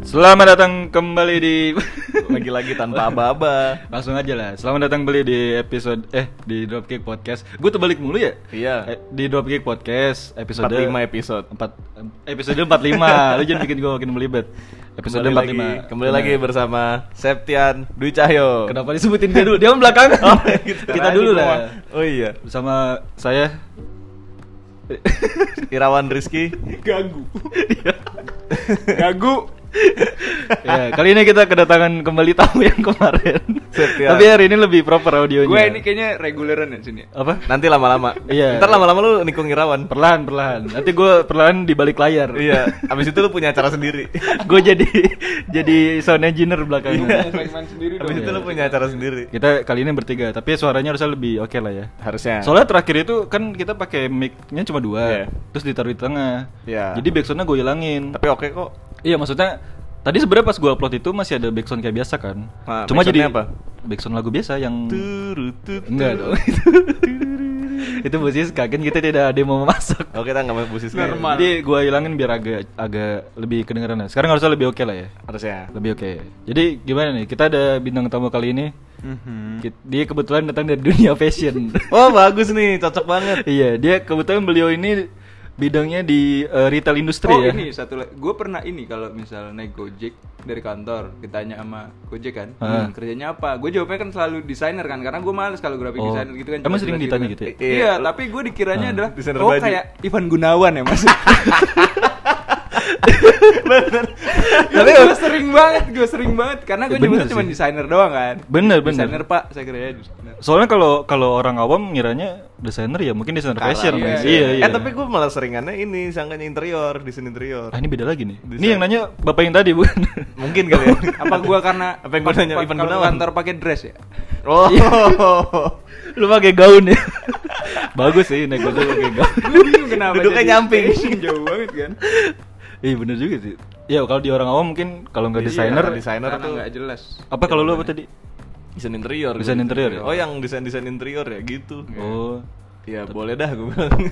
Selamat datang kembali di Lagi-lagi tanpa aba-aba. langsung aja lah. Selamat datang kembali di episode eh di Dropkick Podcast. Gue terbalik mulu ya. Iya. Eh, di Dropkick Podcast episode 45 episode. empat episode 45. Lu jangan bikin gue makin belibet. Episode kembali 45. lagi, kembali Nah, lagi bersama Septian Dwi Cahyo. Kenapa disebutin dia dulu? Dia kan belakangan. Oh, gitu. Kita Tadi dulu gua- lah. Oh iya. Bersama saya Irawan Rizky. ganggu. Iya. ganggu. ya, kali ini kita kedatangan kembali tamu yang kemarin. Setia. Tapi hari ini lebih proper audionya. Gue ini kayaknya reguleran ya sini. apa? Nanti lama-lama. Iya. Ntar lama-lama lu nikung Irawan. Perlahan perlahan. Nanti gue perlahan di balik layar. iya. Abis itu lu punya acara sendiri. gue jadi jadi sound engineer belakangan. Segmen sendiri Iya. dong. ya. Abis itu lu punya acara sendiri. Kita kali ini bertiga, tapi suaranya harusnya lebih oke lah ya. Harusnya. Soalnya terakhir itu kan kita pakai mic-nya cuma dua, Iya. terus ditaruh di tengah. Iya. Jadi backsoundnya gue hilangin. Tapi oke kok. Iya maksudnya tadi sebenarnya pas gue upload itu masih ada backsound kayak biasa kan. Ah, Cuma jadi backsoundnya apa? backsound lagu biasa yang Turutut. Hmm. enggak dong. itu musis kaget kita tidak ada yang mau masak. Oke, kita nggak mau busis kayak- Normal. Jadi gue hilangin biar agak agak lebih kedengeran lah. Sekarang harusnya lebih oke lah ya. Harusnya. Lebih oke. Jadi gimana nih? Kita ada bintang tamu kali ini. Ki- Dia kebetulan datang dari dunia fashion. Oh bagus nih, cocok banget. iya, dia kebetulan beliau ini bidangnya di eh, retail industri Oh ya. ini satu lagi. Gue pernah ini kalau misal naik Gojek dari kantor, ditanya sama Gojek kan, Ah. "Hmm, kerjanya apa? Gue jawabnya kan selalu desainer kan, karena gue males kalau grafik Oh. desainer gitu kan. Emang jelas-jelas sering ditanya gitu ya? kan. I- Iya, tapi gue dikiranya Ah. adalah Desainer oh baju. kayak Ivan Gunawan ya mas. tapi Tapi- gue sering banget, gue sering banget karena gue Bener nyebutnya sih. cuma desainer doang kan. Bener, bener. Desainer pak, saya kira ya desainer. Soalnya kalau kalau orang awam ngiranya desainer ya mungkin desainer Kalah, fashion. Iya, iya, iya. iya. Eh tapi gue malah seringannya ini, sangkanya interior, desain interior. Ah, ini beda lagi nih. Ini Desain. yang nanya bapak yang tadi bukan? Mungkin kali ya. Apa gue karena Apa yang gua nanya, Ivan kalau Gunawan? kantor pakai dress ya? Oh. Iya. Lu pakai gaun ya. Bagus sih naik gue pakai gaun. Lu bingung kenapa Duduknya jadi nyamping. fashion, jauh banget kan Iya bener juga sih. Ya kalau di orang awam mungkin kalau nggak Iya, desainer karena desainer karena tuh nggak jelas apa kalau lu apa tadi? desain interior. Desain gua. interior ya? Oh, yang desain-desain interior ya gitu. Oh. Ya boleh dah gue bilang.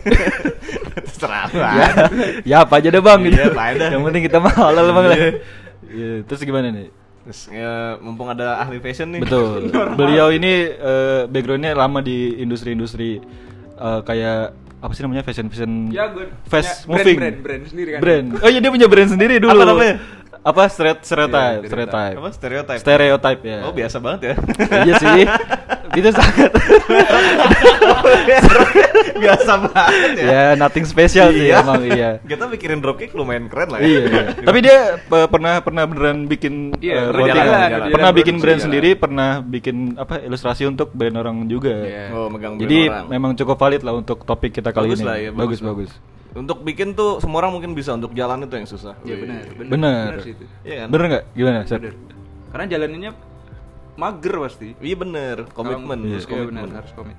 Terserah lu ah. Ya, aja. ya apa aja deh bang gitu. Iya, apa aja dah. Yang penting kita mah halal bang lah. Iya. Iya, terus gimana nih? Terus, ya, mumpung ada ahli fashion nih. Betul. Beliau ini eh, backgroundnya lama di industri-industri eh, kayak apa sih namanya fashion fashion Ya, gua fast punya brand- moving brand- brand sendiri kan. brand oh iya dia punya brand sendiri dulu Apa namanya? apa stere- stereotype Iya, stereotype Apa stereotype? stereotype ya Oh, biasa banget ya. iya sih itu sangat biasa banget ya. ya nothing special sih emang iya Kita mikirin dropkick lumayan keren lah ya. iya iya. tapi dia pe- pernah pernah beneran bikin eh, Iya, pernah buat jalan, iklan. jalan, jalan. pernah Jalan, bikin baru brand jalan. sendiri pernah bikin apa ilustrasi untuk brand orang juga Iya. Oh, megang brand jadi orang. memang cukup valid lah untuk topik kita kali Bagus ini lah ya, bagus bagus lah. bagus, Untuk bikin tuh semua orang mungkin bisa untuk jalan itu yang susah. Iya benar bener bener sih itu. Iya kan? bener nggak gimana Seth? Bener. karena jalaninnya mager pasti Iya bener, komitmen, Kalau- harus iya, benar, komitmen. harus komit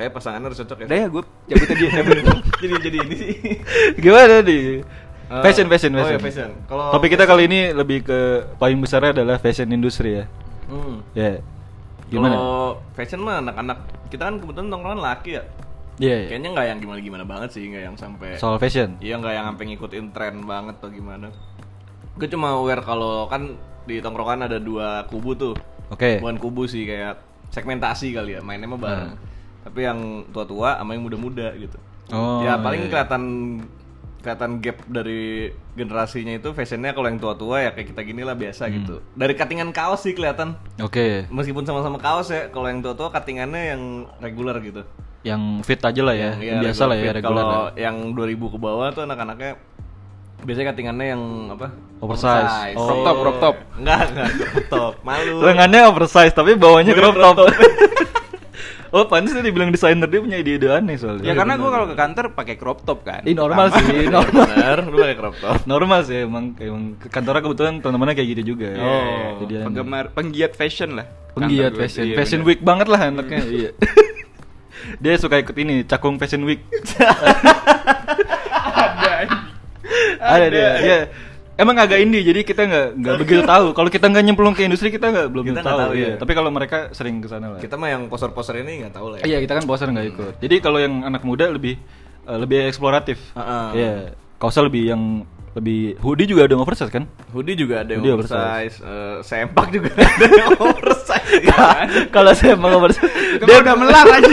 Kayak pasangan harus cocok ya. udah ya gue cabut aja cabut jadi jadi ini sih. gimana nih Eh, fashion fashion oh fashion, ya, fashion. Kalau topik kita kali ini lebih ke paling besarnya adalah fashion industri ya Hmm. ya Gimana? gimana fashion mah anak-anak kita kan kebetulan nongkrongan laki ya. Iya, iya. Kayaknya nggak yang gimana-gimana banget sih, nggak yang sampai soal fashion Iya nggak yang sampai ngikutin tren banget atau gimana. Gue cuma aware kalau kan di tongkrongan ada dua kubu tuh. Oke. Iya. Bukan kubu sih kayak segmentasi kali ya, mainnya mah bareng. Hmm. Tapi yang tua-tua sama yang muda-muda gitu. Oh, ya iya, paling iya. kelihatan kelihatan gap dari generasinya itu fashionnya kalau yang tua-tua ya kayak kita gini lah biasa Hmm. gitu. Dari cuttingan kaos sih kelihatan. Oke. Meskipun sama-sama kaos ya, kalau yang tua-tua cuttingannya yang reguler gitu Yang fit aja lah ya. yang biasa lah ya iya, regular fit. reguler. Kalau lah. yang 2000 ke bawah tuh anak-anaknya biasanya katingannya yang apa? Oversize. Oh. Crop top, crop top. Enggak, enggak crop top. Malu. Lengannya oversize tapi bawahnya crop top. oh, pantas dia dibilang desainer dia punya ide-ide aneh soalnya. ya karena gue kalau ke kantor pakai crop top kan Ini Iya, normal sih, normal. Bener, lu pakai crop top. normal sih emang emang ke kantornya kebetulan teman-temannya kayak gitu juga. oh Jadi aneh. penggemar penggiat fashion lah penggiat Kantor gua. fashion. Iya, fashion bener. week banget lah anaknya. iya. dia suka ikut ini, cakung fashion week. Ada dia. Dia Emang agak indie, jadi kita nggak nggak begitu tahu. Kalau kita nggak nyemplung ke industri, kita nggak belum Kita nggak tahu. tahu, iya. iya. Tapi kalau mereka sering ke sana lah. Kita mah yang poser-poser ini enggak tahu lah ya. Iya kita kan bosan nggak ikut. Jadi kalau yang anak muda lebih eh, lebih eksploratif. Iya. Heeh. Kaosnya lebih yang lebih hoodie juga ada yang oversize kan? Hoodie juga ada yang Hoodie oversize, eh, sempak juga ada yang oversize. ya kan? Kalau saya mau oversize, Itu mah udah melar aja.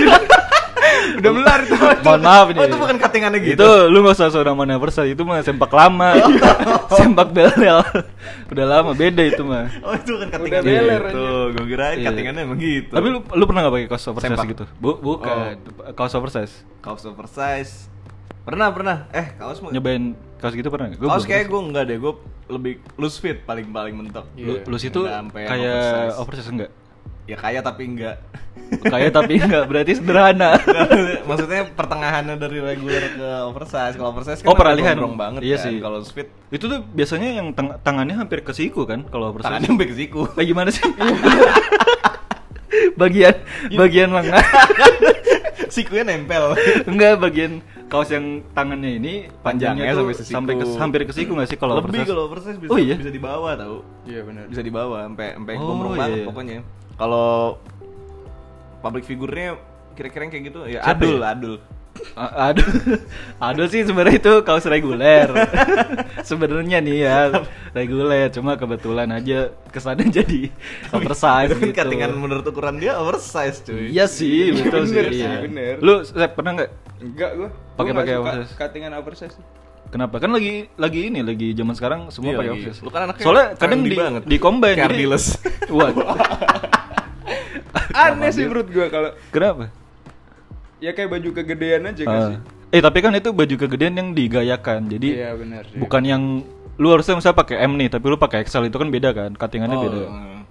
udah melar itu. Iya. mohon maaf Oh, nih. itu bukan cuttingannya gitu. Iya. Itu lu gak usah seorang mana oversize itu mah sempak lama, sempak belel, udah lama beda itu mah. Oh, itu bukan Udah cuttingan. beler gitu. Gue kirain Iya. cuttingannya emang gitu. Tapi lu lu pernah gak pakai kaos oversize Sempak. Oh. gitu? Bu, bukan kaos oversize. kaos oversize. Pernah, pernah. Eh, kaos mau Nyobain kaos gitu pernah gak? Gua Kaos belum kayak gue enggak deh, gue lebih loose fit paling-paling mentok. Lu, Iya. lu situ Nggak sampai kayak oversize. oversize enggak? Ya kaya tapi enggak. Kayak tapi enggak berarti sederhana. Maksudnya pertengahannya dari reguler ke oversize. Kalau oversize kan Oh, peralihan. gondrong banget Iya kan. sih. Kalau loose fit itu tuh biasanya yang tang- tangannya hampir ke siku kan kalau oversize. tangannya sampai ke siku. Lah gimana sih? bagian bagian lengan Sikunya nempel. enggak bagian kaos yang tangannya ini panjangnya, tuh Panjangnya sampai ke siku. sampai ke, hampir ke siku nggak sih kalau Lebih oversize? kalau oversize bisa Oh iya? bisa dibawa tau. Iya benar. Bisa dibawa sampai sampai Oh, gondrong banget iya. pokoknya. Kalau public figurnya kira-kira yang kayak gitu ya Siapa adul, ya? adul. A- aduh aduh sih sebenarnya itu kaos reguler sebenarnya nih ya reguler cuma kebetulan aja kesannya jadi oversize gitu Tapi kan cuttingan menurut ukuran dia oversize cuy. iya sih betul sih, Bener sih, iya. bener. lu Sep, pernah nggak Enggak gua. Gua Pakai-pakai nggak suka oversize. Cuttingan oversize. Kenapa? Kan lagi lagi ini lagi zaman sekarang semua Iya, pakai lagi. oversize. Lu kan anaknya Soalnya trendy kadang di banget. di combine Kayak Ardiles. Wah. Aneh sih menurut gua kalau Kenapa? ya kayak baju kegedean aja nggak Ah. Iya sih? eh tapi kan itu baju kegedean yang digayakan. Jadi Iya benar sih. bukan yang lu harusnya misalnya pakai M nih, tapi lu pakai XL itu kan beda kan, cuttingannya beda. Hmm.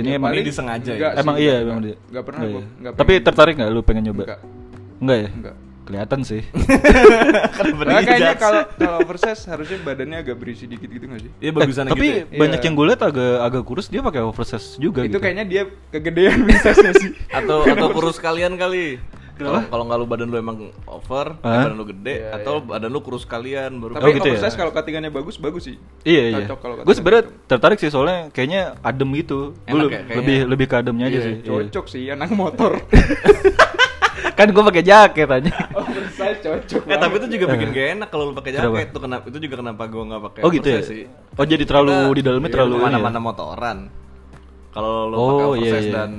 Ini Ya, emang paling disengaja ya. Oh. enggak sih, emang iya enggak, emang dia. enggak. Enggak pernah Enggak gua, ya. enggak Tapi pengen. tertarik nggak lu pengen nyoba? Enggak. Enggak ya? Enggak. Kelihatan sih. Kenapa Nah, dia kayaknya judge? kalau kalau oversize harusnya badannya agak berisi dikit gitu nggak sih? Iya bagusan Eh, tapi gitu. ya. banyak Iya. yang gue liat agak agak kurus dia pakai oversize juga itu gitu. kayaknya dia kegedean oversize-nya sih. atau atau kurus kalian kali. Kalau Kenapa? kalau nggak lu badan lu emang over, eh, Hah? badan lu gede, Iya, atau badan lu kurus kalian baru. Tapi gitu ya? oversize kalau cuttingannya bagus bagus sih. Iya iya. Cocok kalau Gue kata gitu. sebenarnya Cocok. tertarik sih soalnya kayaknya adem gitu. Gue Enak lebih ya, kayaknya. lebih ke ademnya aja Iya, sih. Iya. Cocok sih anak motor. kan gue pakai jaket aja. oversize Oh, cocok. eh tapi itu banget. juga bikin gak enak kalau lu pakai Kenapa? jaket. Itu kenapa itu juga kenapa gua nggak pakai oh gitu ya. oversize sih. Oh jadi terlalu di dalamnya Iya, terlalu ini ya? mana-mana motoran. Kalau lu pakai Oh, iya, oversize iya. dan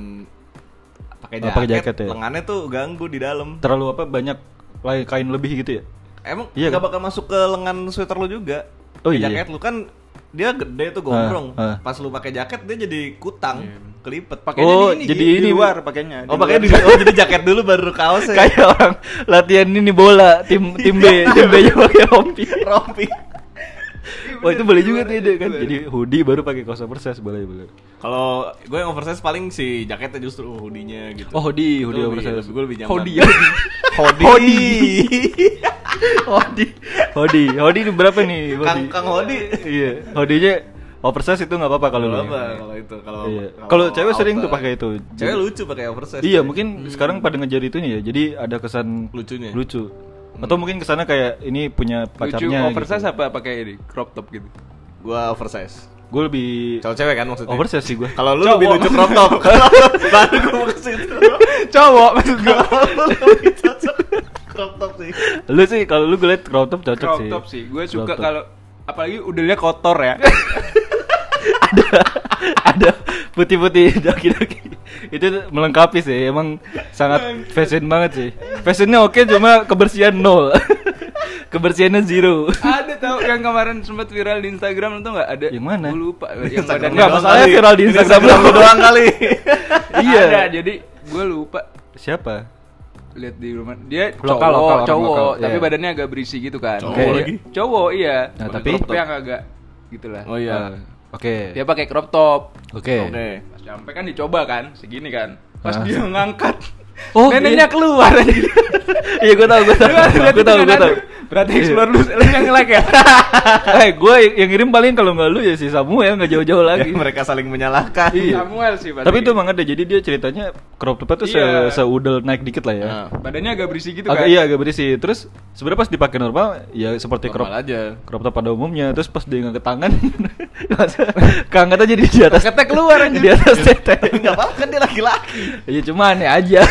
pakai Oh, jaket, pakai jaket ya. lengannya tuh ganggu di dalam. Terlalu apa banyak lain kain lebih gitu ya? Emang Iya nggak kan? bakal masuk ke lengan sweater lu juga. Oh Ke iya. Jaket lu kan dia gede tuh gondrong. Ah, ah. Pas lu pakai jaket dia jadi kutang, kelipet. Pakainya Oh, di jadi di ini- luar pakainya. oh, pakainya di oh, jadi jaket dulu baru kaos ya. Kayak orang latihan ini bola tim tim B tim B nya pakai rompi. rompi. Wah itu boleh Iya, juga tuh ide kan. Jadi hoodie baru pakai kaos oversize boleh boleh. Kalau gue yang oversize paling si jaketnya justru hoodie-nya gitu. Oh hoodie Itu hoodie lebih- oversize. lebih- Gue lebih nyaman. Hoodie hoodie hoodie hoodie hoodie ini berapa nih? Kang hoodie? Kang hoodie. Iya, hoodie-nya oversize itu nggak apa-apa kalau Kalau lu. apa? Kalau itu kalau Iya. Kalau cewek sering tuh pakai itu. Cewek lucu pakai oversize. Iya, mungkin sekarang pada ngejar itu nih ya. Jadi ada kesan Lucunya. Lucu. Atau mungkin kesannya kayak ini punya Lucu pacarnya. gitu. oversize apa pakai ini crop top gitu. Gua oversize. Gue lebih Kalau cewek kan maksudnya. oversize sih gue. Kalau lu Cowok. lebih lucu crop top. Kalau baru gue mau ke situ. Cowok maksud gua. Kalau lu lebih cocok crop top sih. lu sih kalau lu gue liat crop top cocok crop sih. top sih. Gue Crop suka top. kalau apalagi udelnya kotor ya. ada putih-putih daki-daki. Itu melengkapi sih. Emang sangat fashion banget sih. Fashionnya oke cuma kebersihan nol. Kebersihannya zero. ada tau yang kemarin sempat viral di Instagram itu nggak ada? Yang mana? Gue lupa. Yang Instagram badan Enggak, doang masalahnya kali. viral di Instagram lu doang kali. Iya. Ada. Jadi gue lupa Siapa? lihat di rumah dia Lokal, cowok, lokal, orang cowok, lokal, tapi iya. badannya agak berisi gitu kan. Cowok Kayak- lagi? Cowok iya. Nah, Pakai tapi- crop top yang agak gitulah. Oh iya. Ah, Oke. Dia pakai crop top. Oke. Oke. Pas sampai kan dicoba kan, segini kan. Pas Ah. dia ngangkat, Oh, neneknya iya. keluar. Iya gue tau, gue tau, gue tau, gue tau. Berarti explore dulu, lu yang nge-like ya? Iya. Eh, gue yang ngirim paling kalau nggak lu ya si Samuel nggak jauh-jauh lagi. Iya, Mereka saling menyalahkan. Iya. Samuel sih pasti. Tapi itu emang ada, jadi dia ceritanya crop topnya tuh se Iya. seudel naik dikit lah ya. Nah, badannya agak berisi gitu agak kan? iya agak berisi. Terus sebenarnya pas dipakai normal ya seperti crop normal aja. crop top pada umumnya. Terus pas dia ngangkat tangan, keangkat aja di di atas. Ketek keluar, Iya. anjir. di atas tete. Enggak apa-apa kan dia laki-laki. Iya. Ya cuma aneh aja.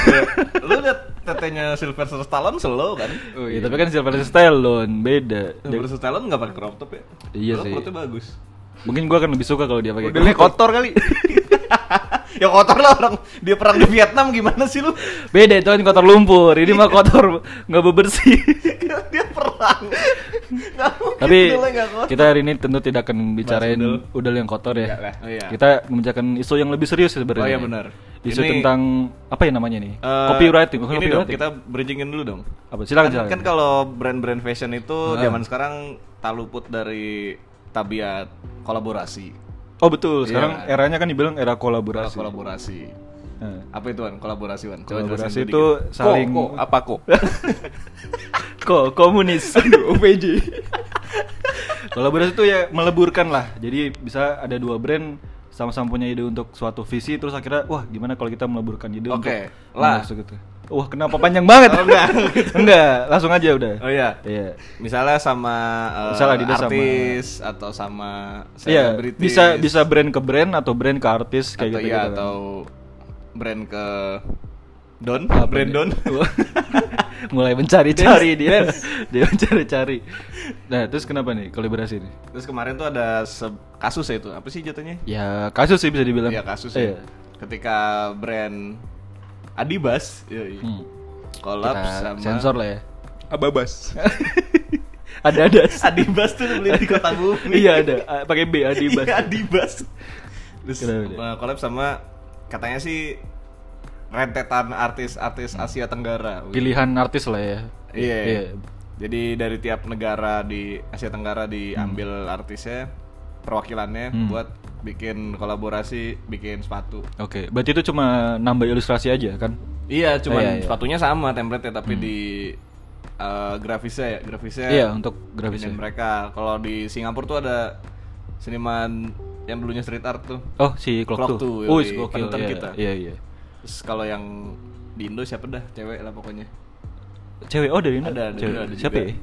Lu lihat tetenya Sylvester Stallone slow kan Oh, Ya, iya. tapi kan Sylvester Stallone beda. Dia- Sylvester Stallone gak pakai crop top ya Iya Padahal sih. perutnya bagus mungkin gua akan lebih suka kalau dia pakai. Modelnya kotor kali Ya kotor lah orang Dia perang di Vietnam gimana sih lu Beda itu kan kotor lumpur. Ini mah kotor nggak bebersih. Dia perang Nggak mungkin Tapi udahnya nggak kotor. kita hari ini tentu tidak akan bicarain udel. udel yang kotor Nggak lah. ya. Oh, iya. Kita membicarakan isu yang lebih serius sebenarnya. Oh, iya, benar. Isu Ini- tentang apa ya namanya nih? Eh, copywriting. Bukan Ini dong copywriting. kita bridgingin dulu dong apa? Silakan kan, silakan. Ah. kan kalau brand-brand fashion itu zaman sekarang tak luput dari tabiat kolaborasi. Oh betul. Sekarang Iya. eranya kan dibilang era kolaborasi. Kolaborasi. Nah, Apa itu Wan? Kolaborasi Wan. Coba kolaborasi itu jelasin dulu dikit. saling Ko, ko, apa kok? Ko- komunis OPJ kolaborasi itu ya meleburkan lah jadi bisa ada dua brand sama-sama punya ide untuk suatu visi terus akhirnya wah gimana kalau kita meleburkan ide untuk Oke, lah. masuk gitu wah kenapa panjang banget Oh, enggak. enggak langsung aja udah Oh iya. iya Misalnya sama eh, Misalnya Adidas sama- artis atau sama Iya, selebritis. bisa bisa brand ke brand atau brand ke artis atau kayak gitu iya, gitu atau brand ke Don, Apa brand nih? Don. mulai mencari-cari dia dia mencari-cari nah terus kenapa nih kolaborasi ini Terus kemarin tuh ada se- kasus ya itu. Apa sih jatuhnya? Ya kasus sih bisa dibilang. Iya kasus Iya. ya. Ketika brand Adibas, yoi, Hmm. collab Kita sama sensor lah ya. Ababas. Ada ada. Adibas tuh beli di kota bumi. iya ada. A- Pakai B Adibas. Iya, Adibas. Terus Kenapa dia? uh, collab sama katanya sih rentetan artis-artis Asia Tenggara. Pilihan artis lah ya. Iya. Jadi dari tiap negara di Asia Tenggara diambil artisnya, perwakilannya Hmm. buat bikin kolaborasi, bikin sepatu. Oke, berarti itu cuma nambah ilustrasi aja kan? Iya, Hmm. cuman Iya, iya. sepatunya sama template tapi di eh, grafisnya ya, grafisnya. Iya, untuk grafisnya. grafisnya. mereka. Kalau di Singapura tuh ada seniman yang dulunya street art tuh. Oh, si Clock Clock, Two, tuh. yoi, Oh, si Gokil. panutan Iya, kita. Iya, iya. Terus kalau yang di Indo siapa dah? Cewek lah pokoknya. Cewek oh dari Indo. Ada, ada Cewek. juga, ada Siapa juga. ya?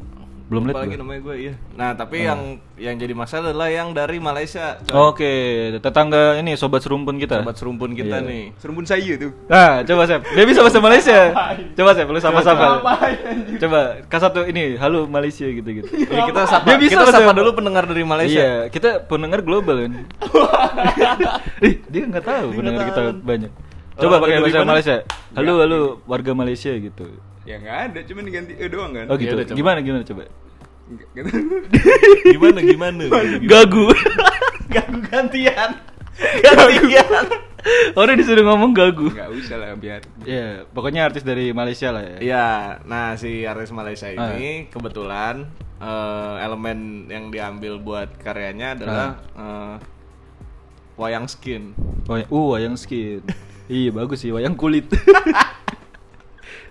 Belum lihat. Lupa lagi gua. namanya gue, iya. Nah, tapi yang yang jadi masalah adalah yang dari Malaysia. coy. Oke, tetangga ini sobat serumpun kita. Sobat serumpun Oh, kita Iya. nih. Serumpun sayu tuh. Nah, coba Sep. Dia bisa bahasa Malaysia. Coba Sep, lu sama-sama. Coba K1 ini, halo Malaysia gitu-gitu. Jadi Iya, kita sapa, Dia bisa kita kan bahasa- sapa dulu pendengar dari Malaysia. Iya, kita pendengar global kan. Ih, dia nggak tahu Oh, pendengar kita banyak. Coba Orang pakai dari bahasa mana? Malaysia. Halo, halo warga Malaysia gitu. Ya nggak ada, cuman diganti e doang kan. Oh gitu. Iya, udah, coba. gimana gimana coba? Nggak- nggak tahu. Gimana gimana? Gagu. Ganggu gantian. Gantian. Orang disuruh ngomong gagu. Nggak usah lah biar. Iya, pokoknya artis dari Malaysia lah ya. Iya, nah si artis Malaysia Ah. ini kebetulan eh, elemen yang diambil buat karyanya adalah Ah. eh, wayang skin. Oh, ya. uh wayang skin. iya, bagus sih wayang kulit.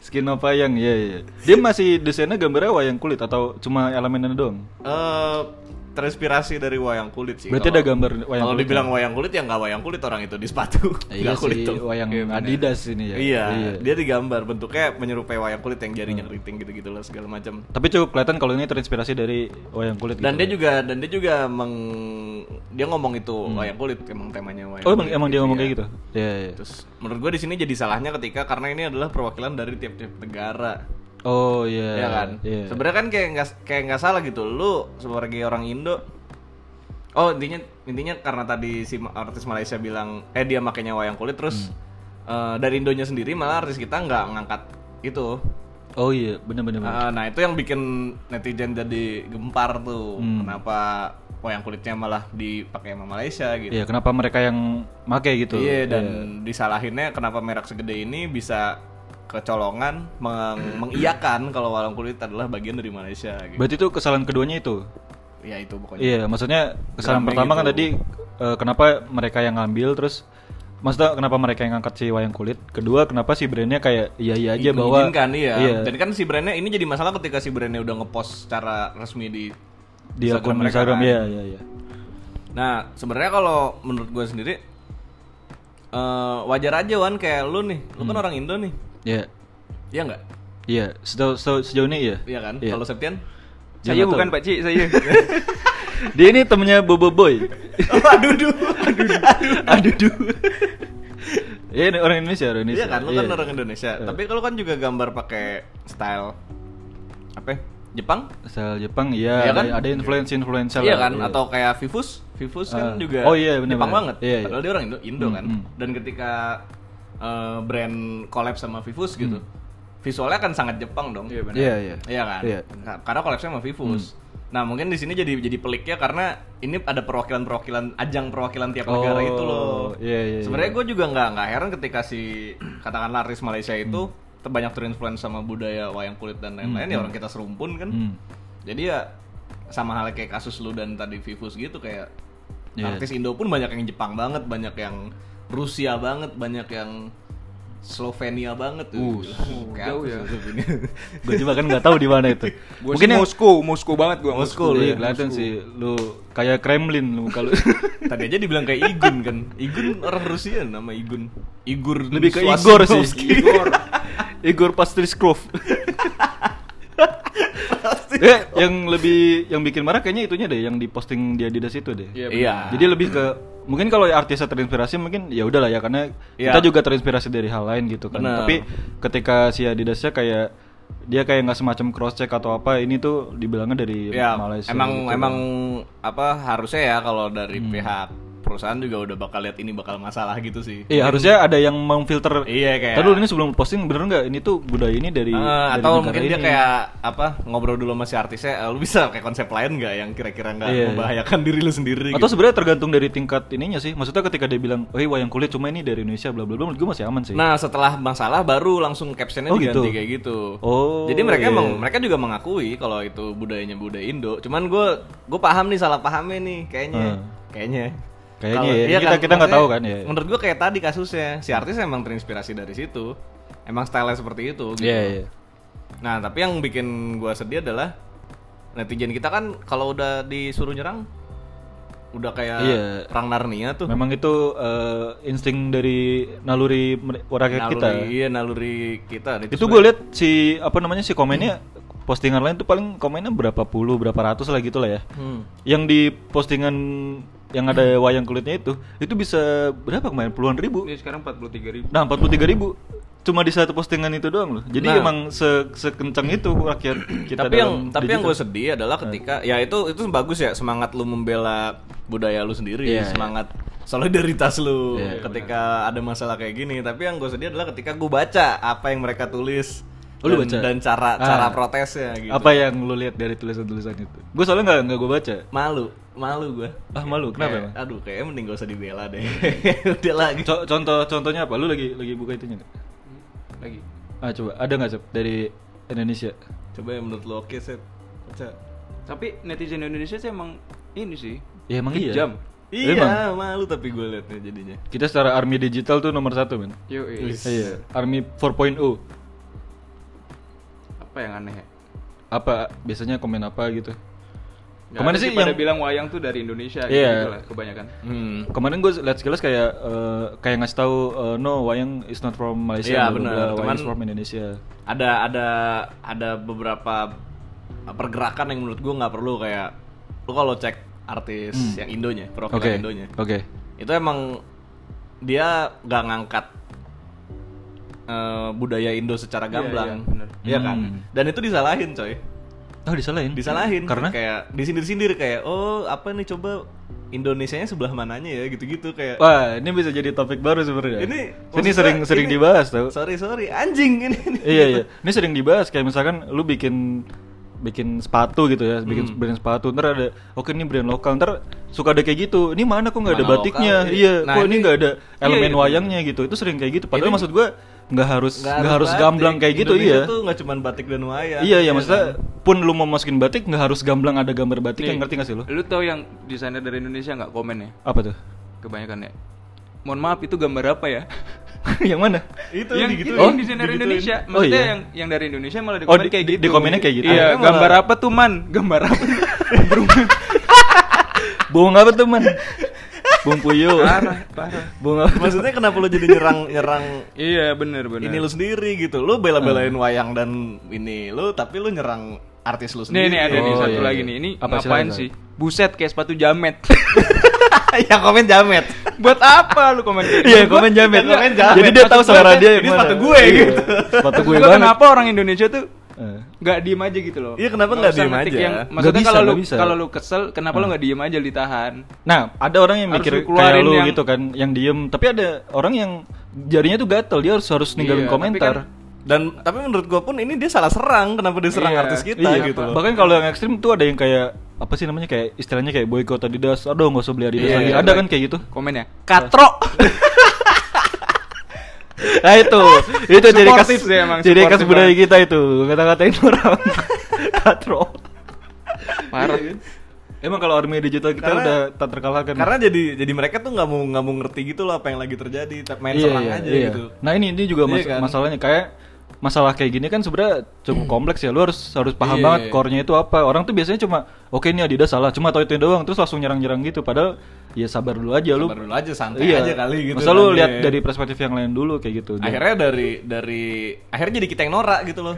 skin of wayang, iya iya. Dia masih desainnya gambarnya wayang kulit atau cuma elemennya doang? eh terinspirasi dari wayang kulit sih. Berarti ada gambar wayang Iya, Kalau kulit dibilang wayang kulit ya nggak wayang kulit orang itu di sepatu, Iya nggak kulit sih, dong. wayang Iya, benar. Adidas ini ya. Iya, dia digambar bentuknya menyerupai wayang kulit yang jarinya keriting gitu-gitu lah segala macam. Tapi cukup kelihatan kalau ini terinspirasi dari wayang kulit. Dan dia gitu. juga dan dia juga meng dia ngomong itu wayang kulit emang temanya wayang. Hmm. Oh emang emang kulit dia gitu, ngomong iya. kayak gitu. Iya iya. Terus menurut gue di sini jadi salahnya ketika karena ini adalah perwakilan dari tiap-tiap negara. Oh iya. ya kan? Iya. Sebenarnya kan kayak nggak kayak nggak salah gitu. Lu sebagai orang Indo Oh, intinya intinya karena tadi si ma- artis Malaysia bilang eh dia makainya wayang kulit terus Hmm. eh, dari Indonya sendiri malah artis kita nggak ngangkat itu. Oh iya, bener bener. bener. Ah, nah, itu yang bikin netizen jadi gempar tuh. Hmm. Kenapa wayang kulitnya malah dipakai sama Malaysia gitu. Iya, kenapa mereka yang make gitu? Iya dan disalahinnya kenapa merek segede ini bisa kecolongan meng- mengiyakan kalau walang kulit adalah bagian dari Malaysia gitu. Berarti itu kesalahan keduanya itu. ya itu pokoknya. Iya, maksudnya kesalahan Drama pertama gitu. kan tadi eh, kenapa mereka yang ngambil terus maksudnya kenapa mereka yang ngangkat si wayang kulit? Kedua, kenapa si brandnya kayak iya iya aja bahwa Mengizinkan, iya. Iya. Dan kan si brandnya ini jadi masalah ketika si brandnya udah ngepost secara resmi di di akun mereka Instagram kan. iya iya iya. Nah, sebenarnya kalau menurut gue sendiri eh, wajar aja Wan kayak lu nih, lu Hmm. kan orang Indo nih. Iya. Iya nggak? Iya, sejauh, sejauh, sejauh ini iya. Iya kan? Iya. Kalau Septian? Dia Saya nggak bukan tahu. Pak Cik, saya. Dia ini Oh, temennya Bobo Boy. aduh, aduh, aduh, Aduh duh. Iya, ini orang Indonesia, orang Indonesia. Iya kan, lu kan orang Indonesia. Iya. Tapi kalau kan juga gambar pakai style apa? ya? Jepang? Asal Jepang, iya. Iya kan? Ada, ada influence influencer. Iya kan? Atau kayak Vivus? Vivus Ah. kan juga Oh iya, benar, Jepang benar. banget. Iya, iya. Padahal dia orang Indo, Indo Hmm, kan. hmm. Dan ketika eh, brand collab sama Vivus gitu, visualnya kan sangat Jepang dong. Iya Hmm. Iya, iya. Iya kan? Iya. Hmm. Nah, Karena collabnya sama Vivus. Nah mungkin di sini jadi jadi peliknya karena ini ada perwakilan-perwakilan ajang perwakilan tiap negara Oh, itu loh. iya, iya, iya. Sebenarnya gue juga nggak nggak heran ketika si katakanlah artis Malaysia Hmm. itu terbanyak terinfluence sama budaya wayang kulit dan lain-lain ya orang kita serumpun kan. Hmm. Jadi ya sama halnya kayak kasus lu dan tadi Vivus gitu kayak Iya. artis Indo pun banyak yang Jepang banget, banyak yang Rusia banget, banyak yang Slovenia banget gitu. Uh, Kayak jauh apa ya. sih ini? Gue juga kan nggak tahu di mana itu. Gua Mungkin yang- Moskow, Moskow banget gua. Moskow, iya, ya. kelihatan sih. Lu kayak Kremlin lu kalau Tadi aja dibilang kayak Igun kan. Igun orang Rusia nama Igun. Igur Iya, lebih ke Igor sih. Swasilovsky. Igor. Igor Pastriskov. eh, yang lebih yang bikin marah kayaknya itunya deh yang diposting di Adidas itu deh. Iya. Iya. Jadi lebih ke mungkin kalau artisnya terinspirasi mungkin ya udahlah ya karena Iya. kita juga terinspirasi dari hal lain gitu kan. Bener. Tapi ketika si Adidasnya kayak dia kayak nggak semacam cross check atau apa ini tuh dibilangnya dari Ya, Malaysia. emang gitu. Hmm. emang apa harusnya ya kalau dari pihak perusahaan juga udah bakal lihat ini bakal masalah gitu sih. Iya harusnya ada yang memfilter. Iya, kayak- Tadi dulu ini sebelum posting bener nggak ini tuh budaya ini dari, Eh, dari atau negara mungkin dia ini. kayak apa ngobrol dulu sama si artisnya, "Eh, lu bisa kayak konsep lain nggak yang kira-kira nggak Iya, iya. membahayakan diri lu sendiri? Atau sebenarnya tergantung dari tingkat ininya sih. Maksudnya ketika dia bilang, "Eh, wayang kulit cuma ini dari Indonesia bla bla bla." Menurut gue masih aman sih. Nah setelah masalah baru langsung captionnya Gitu ya? Oh, diganti gitu? kayak gitu. Oh, Jadi mereka iya. emang mereka juga mengakui kalau itu budayanya budaya Indo. Cuman gue gue paham nih salah pahamnya nih kayaknya. Hmm. Kayaknya. Kayaknya Kalau- ya. Kita- iya kita nggak maksudnya tahu kan, ya. Menurut gue kayak tadi kasusnya si artis emang terinspirasi dari situ. Emang style seperti itu. Gitu. Iya, iya. Nah tapi yang bikin gue sedih adalah netizen kita kan kalau udah disuruh nyerang udah kayak Iya. perang Narnia tuh. Memang itu eh, insting dari naluri mere- rakyat kita. Naluri, iya naluri kita. Itu gue lihat si apa namanya si komennya postingan lain tuh paling komennya berapa puluh, berapa ratus lah gitu lah ya. Hmm. Yang di postingan yang ada wayang kulitnya itu, itu bisa berapa kemarin puluhan ribu. Ini sekarang 43 ribu. Nah, 43 ribu cuma di satu postingan itu doang loh. Jadi Nah. emang se sekencang itu rakyat kita tapi yang dalam tapi yang gue digital. Nah. sedih adalah ketika ya itu itu bagus ya semangat lu membela budaya lu sendiri Iya, semangat solidaritas lu Iya, ketika ada masalah kayak gini tapi yang gue sedih adalah ketika gue baca apa yang mereka tulis Oh, lu dan, baca? dan cara Ah. cara protesnya gitu Apa ya? yang lu lihat dari tulisan-tulisan itu? Gue soalnya nggak nggak gue baca. malu malu gue Ah, malu. Kenapa Kayak, emang? aduh kayaknya mending gak usah dibela deh udah gitu. lagi Co- contoh contohnya apa? Lu lagi lagi buka itunya nggak? Lagi. Ah, coba ada nggak Sep, dari Indonesia? coba yang menurut lo oke set Baca. Tapi netizen Indonesia sih emang ini sih. Ya emang Kejam. iya Emang? malu tapi gue liatnya jadinya Kita secara army digital tuh nomor satu men. Yo, Wis. Iya, army oh. 4.0. apa yang aneh ya? Apa biasanya komen apa gitu? Nggak Kemana ada sih pada yang- bilang wayang tuh dari Indonesia Iya. gitu lah kebanyakan. hmm. Kemarin gue liat sekilas kayak eh, kayak ngasih tahu eh, no wayang is not from Malaysia, Iya, bla, bla, benar. bla, wayang Cuman- is from Indonesia. ada ada ada beberapa pergerakan yang menurut gue nggak perlu kayak lu kalau cek artis yang Indonya perwakilan Hmm. Oke, Indonya oke. itu emang dia nggak ngangkat eh, budaya Indo secara Iya, gamblang iya, bener. Iya kan Hmm. dan itu disalahin coy Oh disalahin? disalahin Karena? kayak disindir-sindir kayak oh apa nih coba Indonesianya sebelah mananya ya gitu-gitu kayak Wah ini bisa jadi topik baru sebenarnya. Ini- ini maksudnya sering sering ini- dibahas tau. sorry sorry anjing ini, ini. iya iya. Ini sering dibahas kayak misalkan lu bikin bikin sepatu gitu ya, bikin brand sepatu. Ntar ada, oke ini brand lokal. Ntar suka ada kayak gitu. Ini mana kok nggak ada Mana batiknya? lokal, iya. iya. Nah, kok ini ini- nggak ada iya, elemen iya. wayangnya gitu. Itu sering kayak gitu. Padahal maksud gue nggak harus Nggak nggak harus batik. gamblang kayak gitu Indonesia iya. tuh nggak cuman batik dan wayang Iya iya kan? maksudnya pun lu mau masukin batik nggak harus gamblang ada gambar batik yang Nih, ngerti nggak sih lu? Lu tau yang desainer dari Indonesia nggak komen ya? Apa tuh? Kebanyakan ya. Mohon maaf itu gambar apa ya? yang mana? itu yang digituin. itu yang desainer Digituin. Indonesia, Gitu, Oh, maksudnya iya. yang yang dari Indonesia malah di Oh, komen di- kayak di- gitu. di komennya kayak gitu. Iya, Akhirnya malah- gambar apa tuh man? Gambar apa? tuh? Bohong apa teman? Bung Puyo. parah, parah. Bohong apa? Maksudnya kenapa lu jadi nyerang nyerang Iya, bener bener. Ah. ini lu sendiri gitu. Lu bela-belain wayang dan ini lu tapi lu nyerang artis lu Nih sendiri. nih ada nih Oh, satu iya, lagi iya. nih. Ini Apa, ngapain silakan, sih? Buset kayak sepatu jamet. yang Ya, komen jamet. Buat apa lu komen kayak gitu? Iya, komen jamet. Iya, komen jamet. Jadi dia tahu Maksud selera gue, dia yang ini mana. sepatu gue, Iya, gitu. Sepatu Maksud gue gua banget. kenapa orang Indonesia tuh Eh, nggak diem aja gitu loh? Iya, kenapa Nggak nggak usah diem ngetik aja? yang- Nggak maksudnya bisa, kalau lu nggak bisa. Hmm. kalau lu kesel, kenapa lu nggak diem aja ditahan? Nah, ada orang yang Harus mikir lu keluarin kayak lu yang- gitu kan, yang diem. Tapi ada orang yang jarinya tuh gatel, dia harus harus ninggalin Iya, tapi komentar. kan- Dan tapi menurut gue pun ini dia salah serang kenapa dia serang Iya. artis kita Iya, gitu loh. Bahkan kalau yang ekstrim tuh ada yang kayak apa sih namanya kayak istilahnya kayak boykot Adidas, aduh nggak usah beli Adidas Iya, lagi. iya, ada baik. kan kayak gitu? Komen ya. Katro. Nah itu, itu jadi khas, Supportive sih emang, jadi khas supportive budaya banget. kita itu kata-katain orang katro. Parah. Kan. Emang kalau army digital kita Karena- udah tak terkalahkan. Iya, Karena jadi jadi mereka tuh nggak mau nggak mau ngerti gitu loh apa yang lagi terjadi, tapi main serang aja iya. gitu. Nah ini ini juga Iya mas- kan? Hmm. masalahnya kayak masalah kayak gini kan sebenarnya cukup kompleks ya. Lu harus harus paham Iya, banget iya. core-nya itu apa. Orang tuh biasanya cuma oke ini Adidas salah, cuma tahu itu doang terus langsung nyerang-nyerang gitu. Padahal ya sabar dulu aja lu. Sabar dulu aja santai aja kali gitu. Iya. Masa lu kan, lihat iya. dari perspektif yang lain dulu kayak gitu. Dia- akhirnya dari dari akhirnya jadi kita yang norak gitu loh.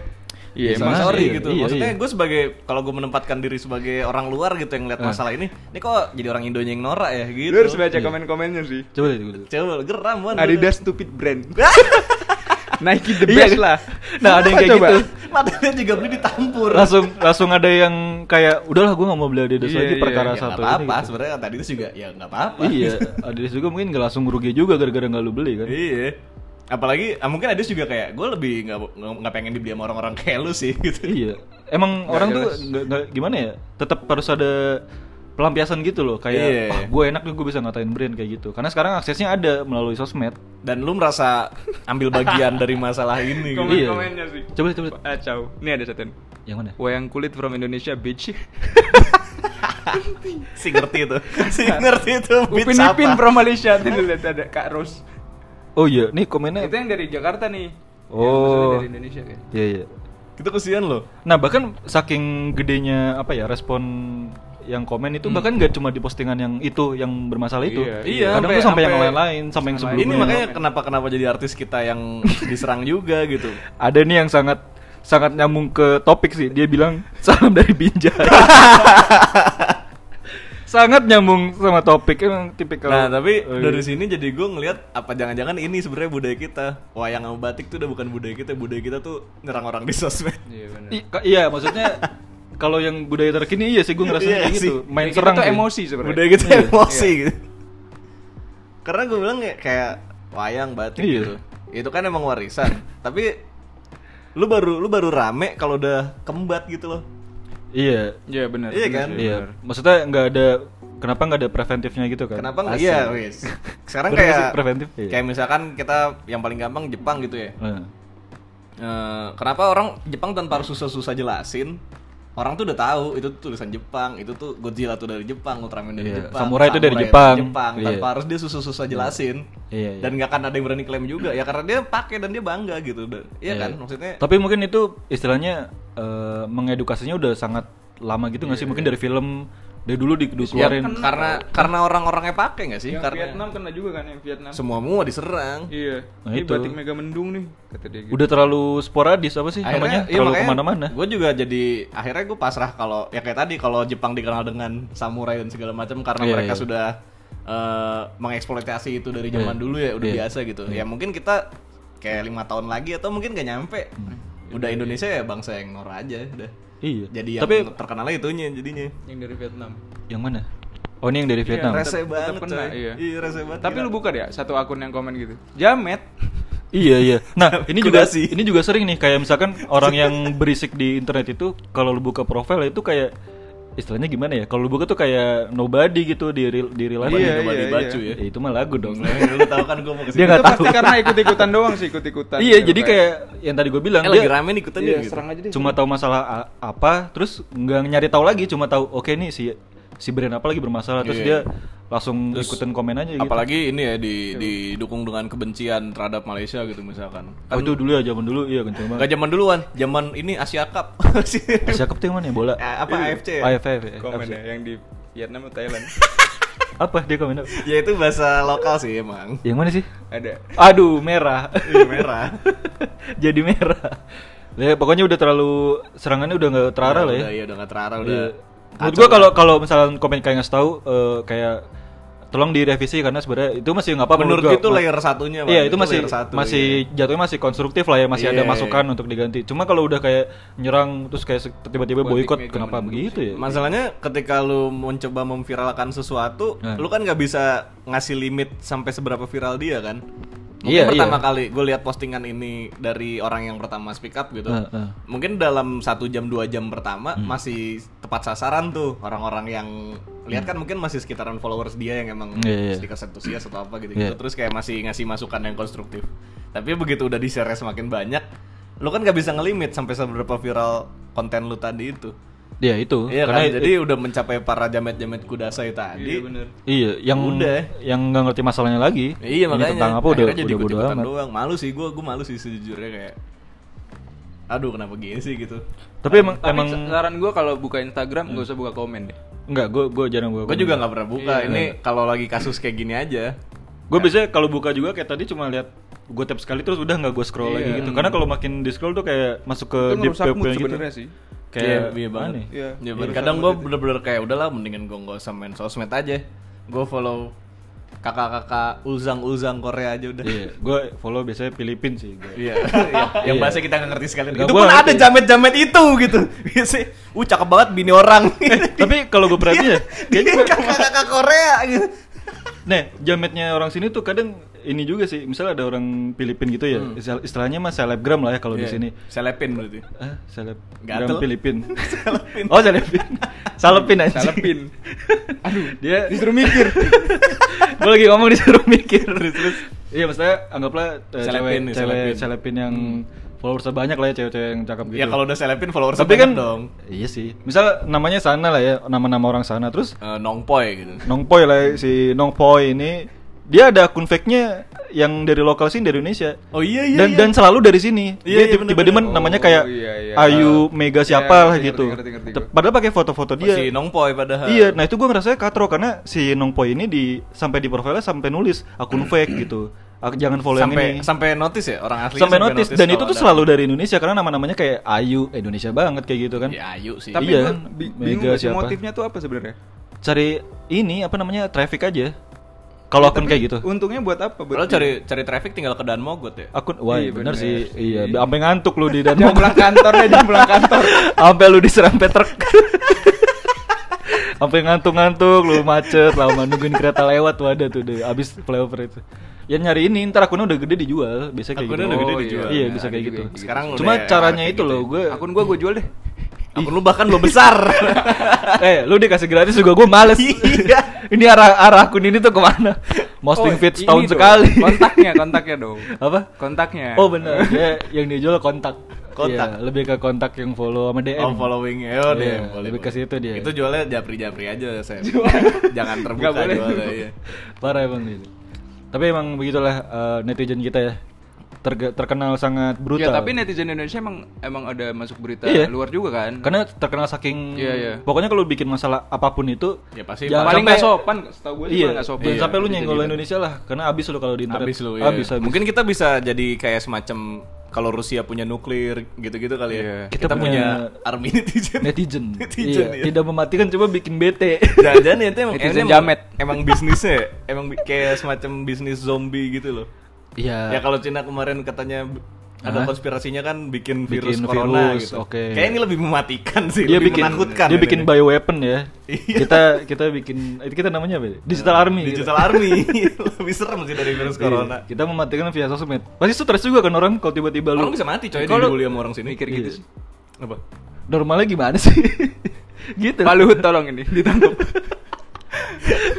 Iya, Sorry, emang sorry sih. gitu. Iya, Maksudnya iya. gue sebagai kalau gue menempatkan diri sebagai orang luar gitu yang lihat Eh. masalah ini, ini kok jadi orang Indonya yang norak ya gitu. Lu harus baca Iya. komen-komennya sih. Coba deh. coba deh. Coba lu geram wan. Adidas stupid brand. Nike the best Iya. lah. Nah, ada yang kayak Coba. gitu. Matanya juga beli ditampur. langsung langsung ada yang kayak udahlah gue nggak mau beli Adidas Iya, lagi iya, perkara ya, satu nggak ini apa-apa gitu. sebenarnya tadi itu juga ya nggak apa-apa. iya Adidas juga mungkin nggak langsung rugi juga gara-gara nggak lu beli kan Iya. Apalagi ah, mungkin Adidas juga kayak gue lebih nggak nggak nggak pengen dibeli sama orang-orang kayak lu sih gitu. iya emang orang tuh jelas. nggak- nggak- gimana ya tetap harus ada pelampiasan gitu loh kayak Iya. wah gue enak nih gue bisa ngatain brand kayak gitu karena sekarang aksesnya ada melalui sosmed Dan lu merasa ambil bagian dari masalah ini. Gitu. Iya. Komen-komennya sih. coba coba Acau. Ini ada satu. nih. yang mana Wayang kulit from Indonesia bitch. Si ngerti itu. Si ngerti itu. bitch Upin apa. Ipin from Malaysia. Tuh lihat ada Kak Ros. oh iya nih komennya Itu yang dari Jakarta nih. Yang Oh. maksudnya dari Indonesia kan. iya iya Itu kesian loh. nah bahkan saking gedenya apa ya respon yang komen itu bahkan nggak cuma di postingan yang itu yang bermasalah itu Iya, iya. kadang tuh Sampai- sampai yang sampai- lain-lain sampai yang sebelumnya Ini makanya kenapa kenapa jadi artis kita yang diserang juga gitu. ada nih yang sangat sangat nyambung ke topik sih dia bilang salam dari Binjai sangat nyambung sama topik emang tipikal Nah tapi Oh, iya. dari sini jadi gue ngelihat apa jangan-jangan ini sebenarnya budaya kita wayang sama batik tuh udah bukan budaya kita budaya kita tuh nyerang orang di sosmed. Iya benar. I- ka- iya maksudnya kalau yang budaya terkini iya sih gue ngerasa Iya kayak sih. gitu main Jadi kita serang tuh sih. emosi sebenarnya. Budaya Iya, kita emosi gitu. Karena gue bilang kayak, kayak wayang batik Iya. gitu. Itu kan emang warisan. tapi lu baru lu baru rame kalau udah kembat gitu loh. iya Iya benar. Iya benar kan? sih, iya benar. maksudnya nggak ada kenapa nggak ada preventifnya gitu kan Kenapa nggak? Asik. Iya, wis. Sekarang Bener nggak sih, kayak preventif? Iya. kayak misalkan kita yang paling gampang Jepang gitu ya. Nah. Eh, kenapa orang Jepang tanpa harus susah-susah jelasin? Orang tuh udah tahu itu tuh tulisan Jepang, itu tuh Godzilla tuh dari Jepang, Ultraman dari Iya. Jepang, Samurai itu dari Jepang. tanpa Iya. harus dia susah-susah jelasin. Iya, iya. Dan nggak akan ada yang berani klaim juga ya karena dia pakai dan dia bangga gitu. Dan- Iya kan maksudnya. Tapi mungkin itu istilahnya eh, mengedukasinya udah sangat lama gitu Iya. nggak sih? Mungkin dari film dari dulu di, Ya, dikeluarin. karena karena orang-orangnya pakai nggak sih? Yang karena Vietnam kena juga kan yang Vietnam. semua semua diserang. Iya. Nah, Ini itu. batik mega mendung nih kata dia gitu. udah terlalu sporadis apa sih iya, namanya? terlalu iya, kemana-mana. Gue juga jadi akhirnya gue pasrah kalau ya kayak tadi kalau Jepang dikenal dengan samurai dan segala macam karena Iya, mereka iya. sudah eh, mengeksploitasi itu dari zaman Iya. dulu ya udah Iya. biasa gitu. Ya mungkin kita kayak lima tahun lagi atau mungkin gak nyampe. Udah Indonesia ya bangsa yang norak aja udah. Hmm. Iya. Jadi yang Tapi terkenalnya itunya jadinya. Yang dari Vietnam. yang mana? Oh ini yang dari Vietnam. Rese tetep banget kena, coy. iya. rese banget. Tapi gila. lu buka deh ya, satu akun yang komen gitu. Jamet. Iya iya. Nah ini juga Kudasi. ini juga sering nih kayak misalkan orang yang berisik di internet itu kalau lu buka profil itu kayak istilahnya gimana ya? Kalau lu buka tuh kayak nobody gitu di real di real life. Iya, Coba iya, dibacu Ya, ya. itu mah lagu dong. lu tahu kan gue mau kesini. Dia nggak Itu tahu. pasti karena ikut-ikutan doang sih, ikut-ikutan. Iya Gitu, jadi kayak yang tadi gue bilang Eh, lagi rame nih ikutan Iya, dia gitu. serang aja deh. cuma tahu masalah a- apa terus nggak nyari tahu lagi cuma tahu oke nih si si brand apa lagi bermasalah terus Iya. dia langsung ikutin komen aja gitu Apalagi ini ya di, didukung dengan kebencian terhadap Malaysia gitu misalkan. oh, itu dulu ya zaman dulu iya kenceng banget Gak zaman duluan, zaman ini Asia Cup. Si- Asia Cup tuh yang mana ya bola Eh, apa AFC ya? AFF ya? komen ya yang di Vietnam atau Thailand. apa dia komen apa? Ya itu bahasa lokal sih emang. yang mana sih Ada. aduh merah Iya, merah. jadi merah ya pokoknya udah terlalu serangannya udah nggak terarah lah ya Udah, iya udah nggak terarah udah. Iya. Menurut gua kalau kalau misalnya komen kayak ngasih tahu eh, kayak tolong direvisi karena sebenarnya itu masih nggak apa-apa menurut gua. itu Ma- layer satunya Bang. Iya itu masih layer satu, masih iya. jatuhnya masih konstruktif lah ya masih ada Iya. masukan untuk diganti. Cuma kalau udah kayak nyerang terus kayak se- tiba-tiba Politik boikot mega kenapa mendukung begitu sih. ya? Masalahnya ketika lu mencoba memviralkan sesuatu, Nah. lu kan nggak bisa ngasih limit sampai seberapa viral dia kan. Mungkin Iya, pertama iya. kali gue lihat postingan ini dari orang yang pertama speak up gitu. Nah, nah. Mungkin dalam satu jam dua jam pertama Hmm. masih tepat sasaran tuh orang-orang yang lihat kan mungkin masih sekitaran followers dia yang emang Hmm. Iya, iya. stiker antusias atau apa gitu, Iya. Terus kayak masih ngasih masukan yang konstruktif. Tapi begitu udah di share semakin banyak, lu kan nggak bisa ngelimit sampai seberapa viral konten lu tadi itu. Iya itu. Iya kan, Karena jadi udah mencapai para jamet-jamet kudasai tadi. Iya, bener. iya yang Udah. eh. yang nggak ngerti masalahnya lagi. Ini Iya, makanya. tentang apa udah Akhirnya udah bodo ikut-ikutan amat. doang. Malu sih gue, gue malu sih sejujurnya kayak. Aduh kenapa gini sih gitu. Tapi emang Tapi emang saran gue kalau buka Instagram nggak usah buka komen deh. enggak gue gue jarang gue. Gue juga nggak pernah buka. Iya. Ini kalau lagi kasus kayak gini aja. Gue biasanya kalau buka juga kayak tadi cuma lihat gue tap sekali terus udah nggak gue scroll Iya. lagi gitu. Karena kalau makin di scroll tuh kayak masuk ke Itu deep ngerusak purple mood gitu. sebenarnya sih. Kayak Iya, iya banget. aneh. Iya. Ya, Iya, kadang gue gitu. bener-bener kayak udahlah mendingan gue nggak usah main sosmed aja. Gue follow kakak-kakak uzang-uzang Korea aja udah. Iya, gue follow biasanya Filipin sih. gua. Iya, iya. yang bahasa kita nggak ngerti sekali. Nggak, itu gua pun ada ngerti. jamet-jamet itu gitu. Iya sih, uh cakep banget bini orang. Tapi kalau gue Iya. perhatiin ya, kayaknya Dia kakak-kakak Korea gitu. Nah, jametnya orang sini tuh kadang ini juga sih. Misalnya ada orang Filipin gitu ya, Hmm. istil- istilahnya mah selebgram lah ya kalau di sini. Iya. Selepin berarti. Ah, selebgram Gatel. Filipin. Oh, selebgram. Salepin aja. Salepin. Aduh, dia Disuruh mikir. gue lagi ngomong disuruh mikir terus terus. Iya, maksudnya anggaplah eh, Selepin cewek nih, cewek selepin. selepin yang Hmm. followersnya banyak lah ya cewek-cewek yang cakep gitu. Ya kalau udah selepin followers tapi kan dong. Iya sih. Misal namanya Sana lah ya, nama-nama orang sana terus Eh, nongpoy gitu. Nongpoy lah ya, si Nongpoy ini dia ada akun fake-nya yang dari lokal sini dari Indonesia. Oh iya iya. dan iya. dan selalu dari sini. Iya, iya, dia tiba- tiba-tiba bener-bener. namanya Oh, kayak iya, iya. Ayu Mega Iya, siapa lah ngerti, gitu. ngerti, ngerti, ngerti. Padahal pakai foto-foto dia. si nongpoy padahal. Iya, nah itu gue ngerasa katro karena si Nongpoy ini di sampai di profilnya sampai nulis akun fake gitu. Ak- Jangan follow sampai yang ini. sampai notice ya orang asli Sampai notice dan itu tuh kalau ada- selalu dari Indonesia karena nama-namanya kayak Ayu eh, Indonesia banget kayak gitu kan. Ya ayu sih. Tapi Iya gua kan, bi- Mega bingung nggak sih siapa? motifnya tuh apa sebenarnya? Cari ini apa namanya traffic aja. Kalau akun kayak gitu. Untungnya buat apa? Padahal Buat cari cari traffic tinggal ke Dan Mogot ya. Akun wah Iya, bener, bener. sih. Iya, sampai ngantuk lu di dan Jangan pulang kantor deh, jangan pulang kantor. Sampai lu diserempet truk. Sampai ngantuk-ngantuk, lu macet, lama nungguin kereta lewat wadah tuh deh. Abis flyover itu. Ya nyari ini, ntar akunnya udah gede dijual, biasa kayak Akunnya gitu. udah gede Oh, iya. dijual. Iya, Nah, bisa ada kayak juga gitu. yang kayak gitu. Sekarang Cuma udah caranya kayak itu gitu loh, ya. gue Akun gua gua jual deh. Akun lu bahkan lo besar. eh lu dikasih gratis juga gue males Iya. ini arah arah akun ini tuh kemana posting Oh, feed ini setahun dong, sekali Kontaknya, kontaknya dong. apa Kontaknya. oh bener dia yang dijual kontak Iya, Kontak. lebih ke kontak yang follow sama DM Oh following ya Iya, deh, boleh. lebih ke situ dia. Itu jualnya japri-japri aja saya. Jangan terbuka Nggak boleh jualnya, dulu. iya. Parah emang gitu. Tapi emang begitulah eh, netizen kita ya. Terge- terkenal sangat brutal. Ya tapi netizen Indonesia emang emang ada masuk berita Iya. luar juga kan. karena terkenal saking Iya, iya. Pokoknya kalau bikin masalah apapun itu Ya, pasti jangan paling nggak sampai- sopan, setahu gue sih Iya, paling nggak sopan. jangan Iya, sampai lu bisa nyenggol gitu. Indonesia lah karena abis lu iya. kalau di internet. Abis lu ya. Abis, abis. Mungkin kita bisa jadi kayak semacam kalau Rusia punya nuklir gitu-gitu kali ya. Iya. Kita Kita, punya- punya, army netizen. netizen. Netizen, iya. iya. Tidak mematikan cuma bikin bete. Jangan-jangan itu emang Netizen emang- jamet. Emang bisnisnya ya? emang bi- kayak semacam bisnis zombie gitu loh. Ya Iya. kalau Cina kemarin katanya b- ada Hah? konspirasinya kan bikin virus Bikin corona virus, gitu. oke. Kayaknya ini lebih mematikan sih, dia lebih bikin menakutkan. dia ini bikin nih. bioweapon ya. Iya. kita kita bikin itu kita namanya apa? ya? Digital Army. gitu. digital army lebih serem sih dari virus Iya, corona. Kita mematikan via sosmed. Pasti stres juga kan orang kalau tiba-tiba lu Orang bisa mati coy Kalau- dibully sama orang sini. Iya. Mikir gitu sih. Apa? normalnya gimana sih? gitu. Pak Luhut tolong ini ditangkap.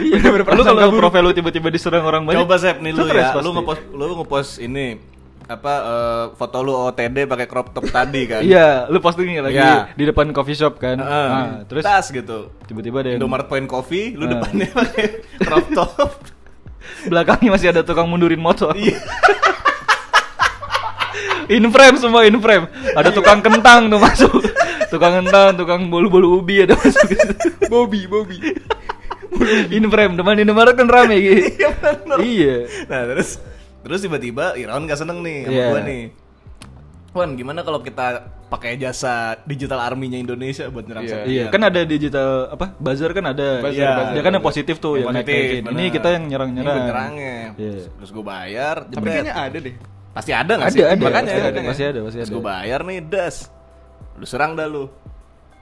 Iya, lu kalau profil lu tiba-tiba diserang orang banyak. Coba Sep nih lu stres ya, pasti. lu ngepost lu ngepost ini apa eh, foto lu OTD pakai crop top tadi kan. Iya, lu posting lagi Iya. di depan coffee shop kan. Heeh. Nah, terus tas gitu. tiba-tiba ada yang Indomaret Point Coffee, lu Ah. depannya pakai crop top. belakangnya masih ada tukang mundurin motor. Iya. in frame semua in frame. Ada tukang kentang tuh masuk. Tukang kentang, tukang bolu-bolu ubi ada masuk. Bobby, Bobby. in frame, depan Indomaret kan rame gitu. Iya, bener. iya. Nah, terus terus tiba-tiba Irawan gak seneng nih sama Iya. gua nih. Wan, gimana kalau kita pakai jasa digital arminya Indonesia buat nyerang Iya. sana? Iya, kan ada digital apa? Buzzer kan ada. Buzzer, Iya, buzzer, dia kan yang buzzer. positif tuh yang, Yang naik positif, naikin. Ini bener. kita yang nyerang-nyerang. Ini gue nyerangnya. Iya. Terus gue bayar. Tapi jebret. kayaknya ada deh. pasti ada nggak Ada, sih? ada, Makanya pasti ada, makanya. pasti ada, pasti Terus ada. gue bayar nih, das. Lu serang dah lu.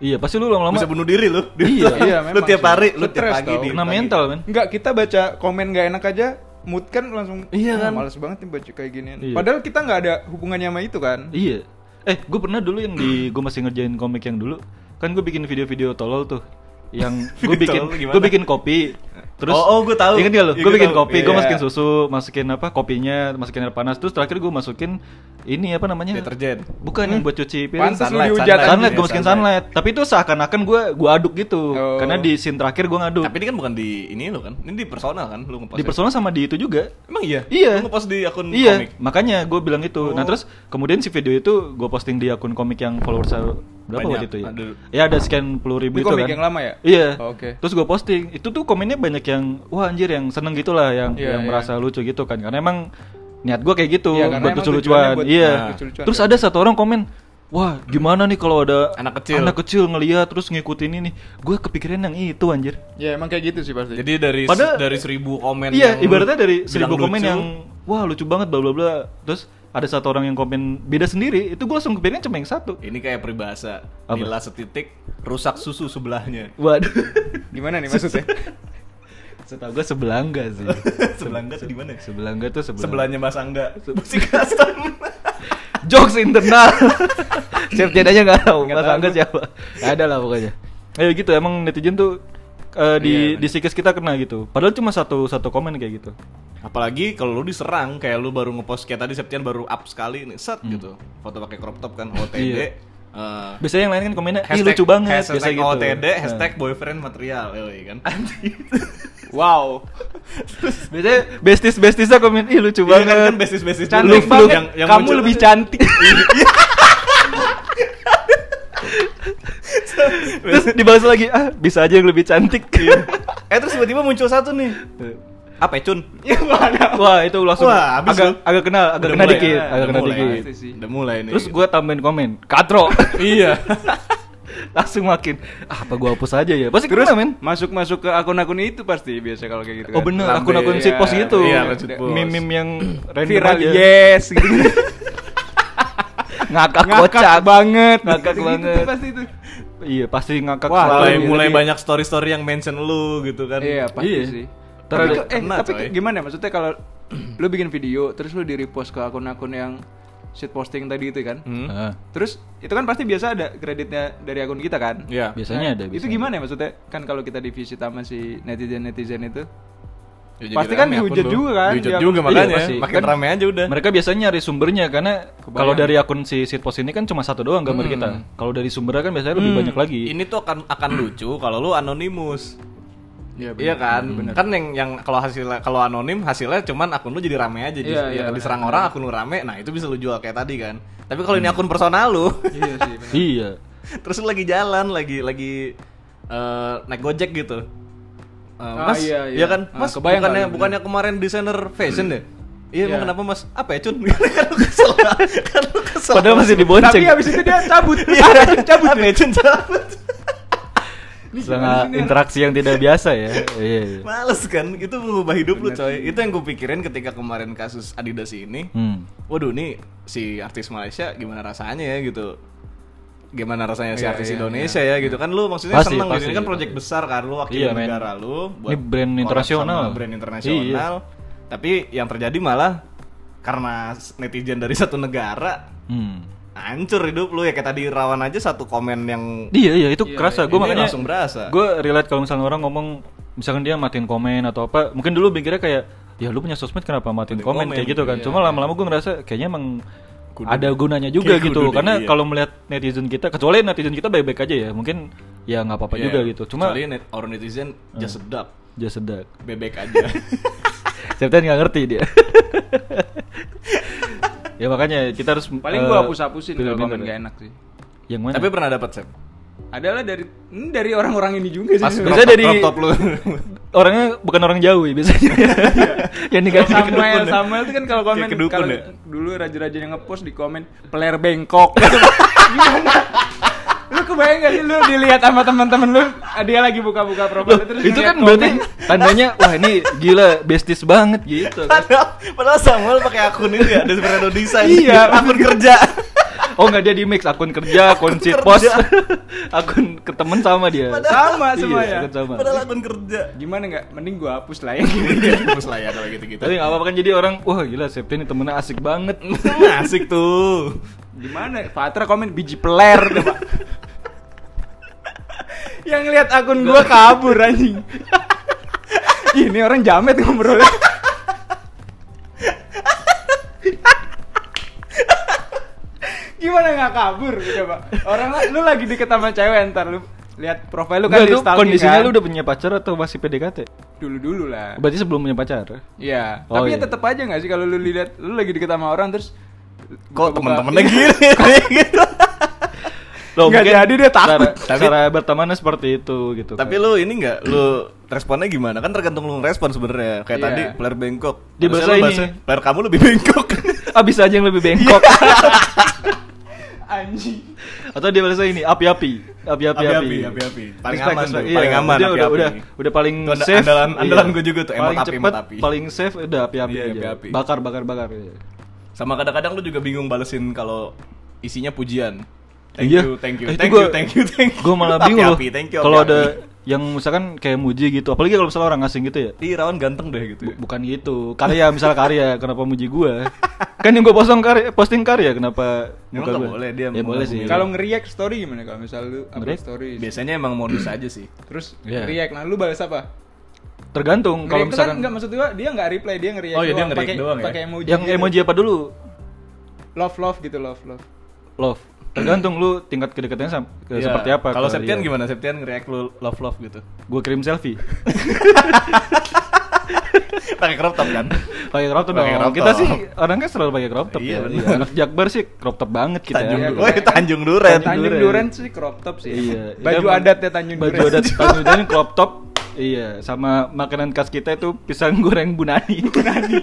Iya, pasti lu lama-lama Bisa bunuh diri lu. Iya, iya, Lu memang tiap sih. hari, lu tiap Stres pagi tau. di kena pagi. mental, men. Enggak, kita baca komen gak enak aja, mood kan langsung Iya "Ah, kan? males banget nih baca kayak ginian. Iya. Padahal kita nggak ada hubungannya sama itu kan. Hmm. Iya. Eh, gue pernah dulu yang di gue masih ngerjain komik yang dulu. Kan gue bikin video-video tolol tuh. Yang gue Video bikin tolol gimana? gue bikin kopi. Terus Oh, oh, gua tahu. Ingat gak lu? Iya, Gue gua bikin tahu. kopi, gue Iya. masukin susu, masukin apa? Kopinya, masukin air panas. Terus terakhir gue masukin ini apa namanya? Deterjen. Hmm. Bukan yang buat cuci piring. Pantas lu Sunlight, dihujat sunlight. Sunlight, anjing. gue masukin sunlight. Tapi itu seakan-akan gue gua aduk gitu. Oh. Karena di scene terakhir gue ngaduk. Tapi ini kan bukan di ini lu kan. Ini di personal kan lu ngepost. Di persona sama di itu juga. Emang iya? Iya. Lu ngepost di akun iya, komik. makanya gue bilang itu. Oh. Nah terus kemudian si video itu gue posting di akun komik yang followers saya berapa Banyak, waktu itu ya? ada. Ya ada sekian puluh ribu Ini itu komik kan. yang lama ya? Iya. Oh, Oke. Terus gue posting, itu tuh komennya banyak yang wah anjir yang seneng gitulah, yang Iya, yang iya. merasa lucu gitu kan. Karena emang niat gue kayak gitu Iya, karena buat emang tujuannya lucu-lucuan. buat- Iya. nah, lucu-lucuan Terus kan. Hmm. ada satu orang komen Wah, gimana nih kalau ada Anak kecil. anak kecil ngeliat terus ngikutin ini? Gue kepikiran yang itu anjir. Ya emang kayak gitu sih pasti. Jadi dari Padahal- dari seribu komen Iya, yang lu ibaratnya dari bilang seribu komen lucu, yang wah lucu banget bla bla bla. Terus ada satu orang yang komen beda sendiri, itu gue langsung kepikiran cuma yang satu. ini kayak peribahasa. Apa? Nila setitik rusak susu sebelahnya. Waduh. Gimana nih maksudnya? Setahu gue sebelangga sih. Sebelangga tuh di mana? ya? sebelangga tuh sebelang- Sebelahnya Mas Angga. Si custom. Jokes internal. Chef Jed aja nggak tahu Nggak Mas tahu Angga gua. siapa. Nggak ada lah pokoknya. Ya gitu emang netizen tuh eh, di di sikis kita kena gitu. Padahal cuma satu satu komen kayak gitu. Apalagi kalau lu diserang kayak lu baru ngepost kayak tadi Septian baru up sekali nih set gitu. Foto pakai crop top kan OTD. Hmm. Iya. eh, Biasanya yang lain kan komennya, "Ih lucu banget." hashtag biasa gitu. OTD, Nah. hashtag boyfriend material, yoi kan. wow. Biasanya bestis-bestisnya komen, "Ih lucu Iya banget." kan, kan basis-basis Cantik banget. Kamu lebih cantik. Terus dibahas lagi, ah bisa aja yang lebih cantik. Eh terus tiba-tiba muncul satu nih. Apa Cun? Wah itu langsung Wah, habis agak, lu. agak kenal, agak Udah kena mulai, dikit, ya. agak Udah kena mulai, dikit. pasti sih. Udah mulai nih. Terus gue tambahin komen, katro, iya. langsung makin "Ah, apa gue hapus aja ya? Pasti terus men. Masuk-masuk ke akun-akun itu pasti biasa kalau kayak gitu kan. Oh bener, Lambe, akun-akun si iya, pos gitu, iya, akun shitpost. mimim yang random Viral aja. yes gitu. ngakak kocak, Ngakak banget. ngakak Gitu-gitu banget. tuh Gitu, pasti itu. iya pasti ngakak. Wah, selalu. mulai Iya, mulai jadi- banyak story-story yang mention lu gitu kan. Iya, pasti Iya. sih. Ntar Tapi, ada- ke- eh, kena, tapi coy. ke- gimana ya? maksudnya kalau lu bikin video terus lu di-repost ke akun-akun yang shit posting tadi itu kan? Hmm. Ah, Terus itu kan pasti biasa ada kreditnya dari akun kita kan? Iya. biasanya ada. Itu biasanya. gimana ya maksudnya? Kan kalau kita divisit sama si netizen-netizen itu Ya, jadi Pasti rame kan akun dihujat lu. juga kan, Dihujat di juga akun- makanya. Iya, pasti. Makin Kan- rame aja udah. Mereka biasanya nyari sumbernya karena kalau dari akun si Sitpos ini kan cuma satu doang gambar kita. Hmm. Kalau dari sumbernya kan biasanya lebih banyak lagi. Ini tuh akan akan lucu kalau lu anonimus. Iya iya kan? Kan yang yang kalau hasilnya kalau anonim hasilnya cuman akun lu jadi rame aja Dis- yang Iya, iya, benar. diserang orang akun lu rame. Nah, itu bisa lu jual kayak tadi kan. Tapi kalau ini akun personal lu, Iya sih. bener. Iya. terus lu lagi jalan, lagi lagi eh, naik Gojek gitu. Eh, Ah, mas, iya, iya. kan? Ah, Mas, kebayang bukannya kan? bukannya kemarin desainer fashion deh? Iya, emang Iya. kenapa Mas? Apa ya, Cun? kan lu kesel. kan lu kesel. Padahal masih dibonceng. Tapi habis itu dia cabut. Iya, cabut. Apa ya, Cun? Cabut. Sangat interaksi yang tidak biasa ya. Iya. iya. Males kan, itu mengubah hidup lu coy Itu yang gue pikirin ketika kemarin kasus Adidas ini Hmm. Waduh nih si artis Malaysia gimana rasanya ya gitu Gimana rasanya si Iya, artis iya, Indonesia ya gitu kan Lu maksudnya Pasti, seneng pasti, gitu, ini kan pasti. project besar kan Lu wakil Iya, men. negara lu Ini brand collab internasional. Iya. sama Brand internasional Tapi yang terjadi malah karena netizen dari satu negara Hmm. hancur hidup lu ya kayak tadi rawan aja satu komen yang Iya iya itu kerasa. Gue ini makanya langsung berasa gue relate kalau misalnya orang ngomong misalkan dia matiin komen atau apa mungkin dulu pikirnya kayak ya lu punya sosmed kenapa matiin Matiin komen, komen, kayak gitu kan cuma lama-lama gue ngerasa kayaknya emang ada gunanya juga Kayak gitu kudu deh, karena iya. kalau melihat netizen kita kecuali netizen kita baik-baik aja ya mungkin ya nggak apa-apa Iya. juga gitu cuma Kecuali net, orang netizen just sedap dia sedak bebek aja Septian nggak ngerti dia ya makanya kita harus eh, Paling gua hapus-hapusin kalau pinter-pinter komen kan. ya. gak enak sih. yang mana tapi pernah dapat sep adalah dari ini dari orang-orang ini juga sih. Pas sebenarnya. Biasanya crop top- dari- crop top lu. Orangnya bukan orang jauh ya biasanya. yang Kalau diganti Samuel, kedukun. Samuel itu kan kalau Kayak komen kedukun kalau ya? dulu raja-raja yang ngepost di komen player Bengkok. Gimana? lu kebayang gak sih lu dilihat sama teman-teman lu "Ah, dia lagi buka-buka Loh, profil terus itu ngeliat kan berarti komen. tandanya wah ini gila besties banget gitu. kan. Padahal, padahal Samuel pakai akun itu ya, Desperado Design. Iya. akun kerja. Oh nggak dia di mix akun kerja, akun Akun cipos, kerja. akun ke temen sama dia. Padahal- Sama semua Iya, ya. akun sama. Padahal akun kerja. Gimana nggak? Mending gua hapus lah ya. Terus lah ya kalau gitu-gitu. Tapi nggak apa-apa kan jadi orang wah gila Septi ini temennya asik banget. Asik tuh. Gimana? Fatra komen biji peler coba. yang lihat akun gua kabur anjing. Ih, Ini orang jamet ngobrolnya. Gimana nggak kabur coba? Orang la- lu lagi deket sama cewek ntar lu lihat profil lu kan Nggak, di lu stalking kondisinya kan? lu udah punya pacar atau masih PDKT? dulu-dulu lah. Berarti sebelum punya pacar. Iya, Oh, tapi iya. ya tetap aja nggak sih kalau lu lihat lu lagi deket sama orang terus Kok buka-buka- temen-temennya gini? gitu. Nggak jadi, dia Cara, takut. Tapi- cara bertemannya seperti itu gitu. Tapi kan. lu ini nggak lu responnya gimana? Kan tergantung lu respon sebenarnya. Kayak Iya. tadi player bengkok. Dia Harusnya bahasa lu ini. player kamu lebih bengkok. abis Ah, aja yang lebih bengkok. Iya. anjing. atau dia bahasa ini api-api, api-api, Api-api, api-api. Paling Respect, aman tuh, respect. Iya, paling dia aman udah, api-api. udah, udah paling Itu anda- safe. Iya. andalan- andalan gua juga tuh, emot Paling api, cepet, emot api. paling safe udah api-api Iya, aja. api-api. Bakar, bakar, bakar. iya. Sama kadang-kadang lu juga bingung balesin kalau isinya pujian. Thank Iya. you, thank you, Eh, itu thank you, gua- thank you, thank you. Gue malah bingung loh. Api-api, thank you, Kalau api-api. ada yang misalkan kayak muji gitu, apalagi kalau misalnya orang asing gitu ya. Ih, Rawan ganteng deh gitu. Bu- bukan gitu. Karya misalnya karya, kenapa muji gua? kan yang gua posting karya, posting karya kenapa muka Emang nggak gua? boleh dia Ya boleh sih. mengagumi Kalau nge-react story gimana kalau misal lu upload Nge-react? story Biasanya emang modus aja sih. terus Iya. react nah lu balas apa? tergantung kalau Nge-react tuh kan misalkan enggak maksud gua dia enggak reply dia nge-react Oh, iya, dia doang, nge-react pakai- doang ya. pakai emoji. yang gitu. emoji apa dulu? love love gitu love love. Love. Tergantung lu tingkat kedekatannya sam- ke- Iya. seperti apa. Kalau ke Septian dia. gimana? Septian nge-react lu love love gitu. Gua kirim selfie. Pakai crop top kan? Pakai crop top Pakai dong. crop Kita top. sih orangnya selalu pakai crop top Iya, ya. bener. Iya, Anak Jakbar sih crop top banget kita. Tanjung, ya. Duren. Woi, Tanjung Duren. Tanjung Tanjung Duren. Duren sih crop top sih. Iya. Baju Iya, adat ya Tanjung Baju Duren. adat Tanjung Duren crop top. Iya, sama makanan khas kita itu pisang goreng Bunani. Bunani.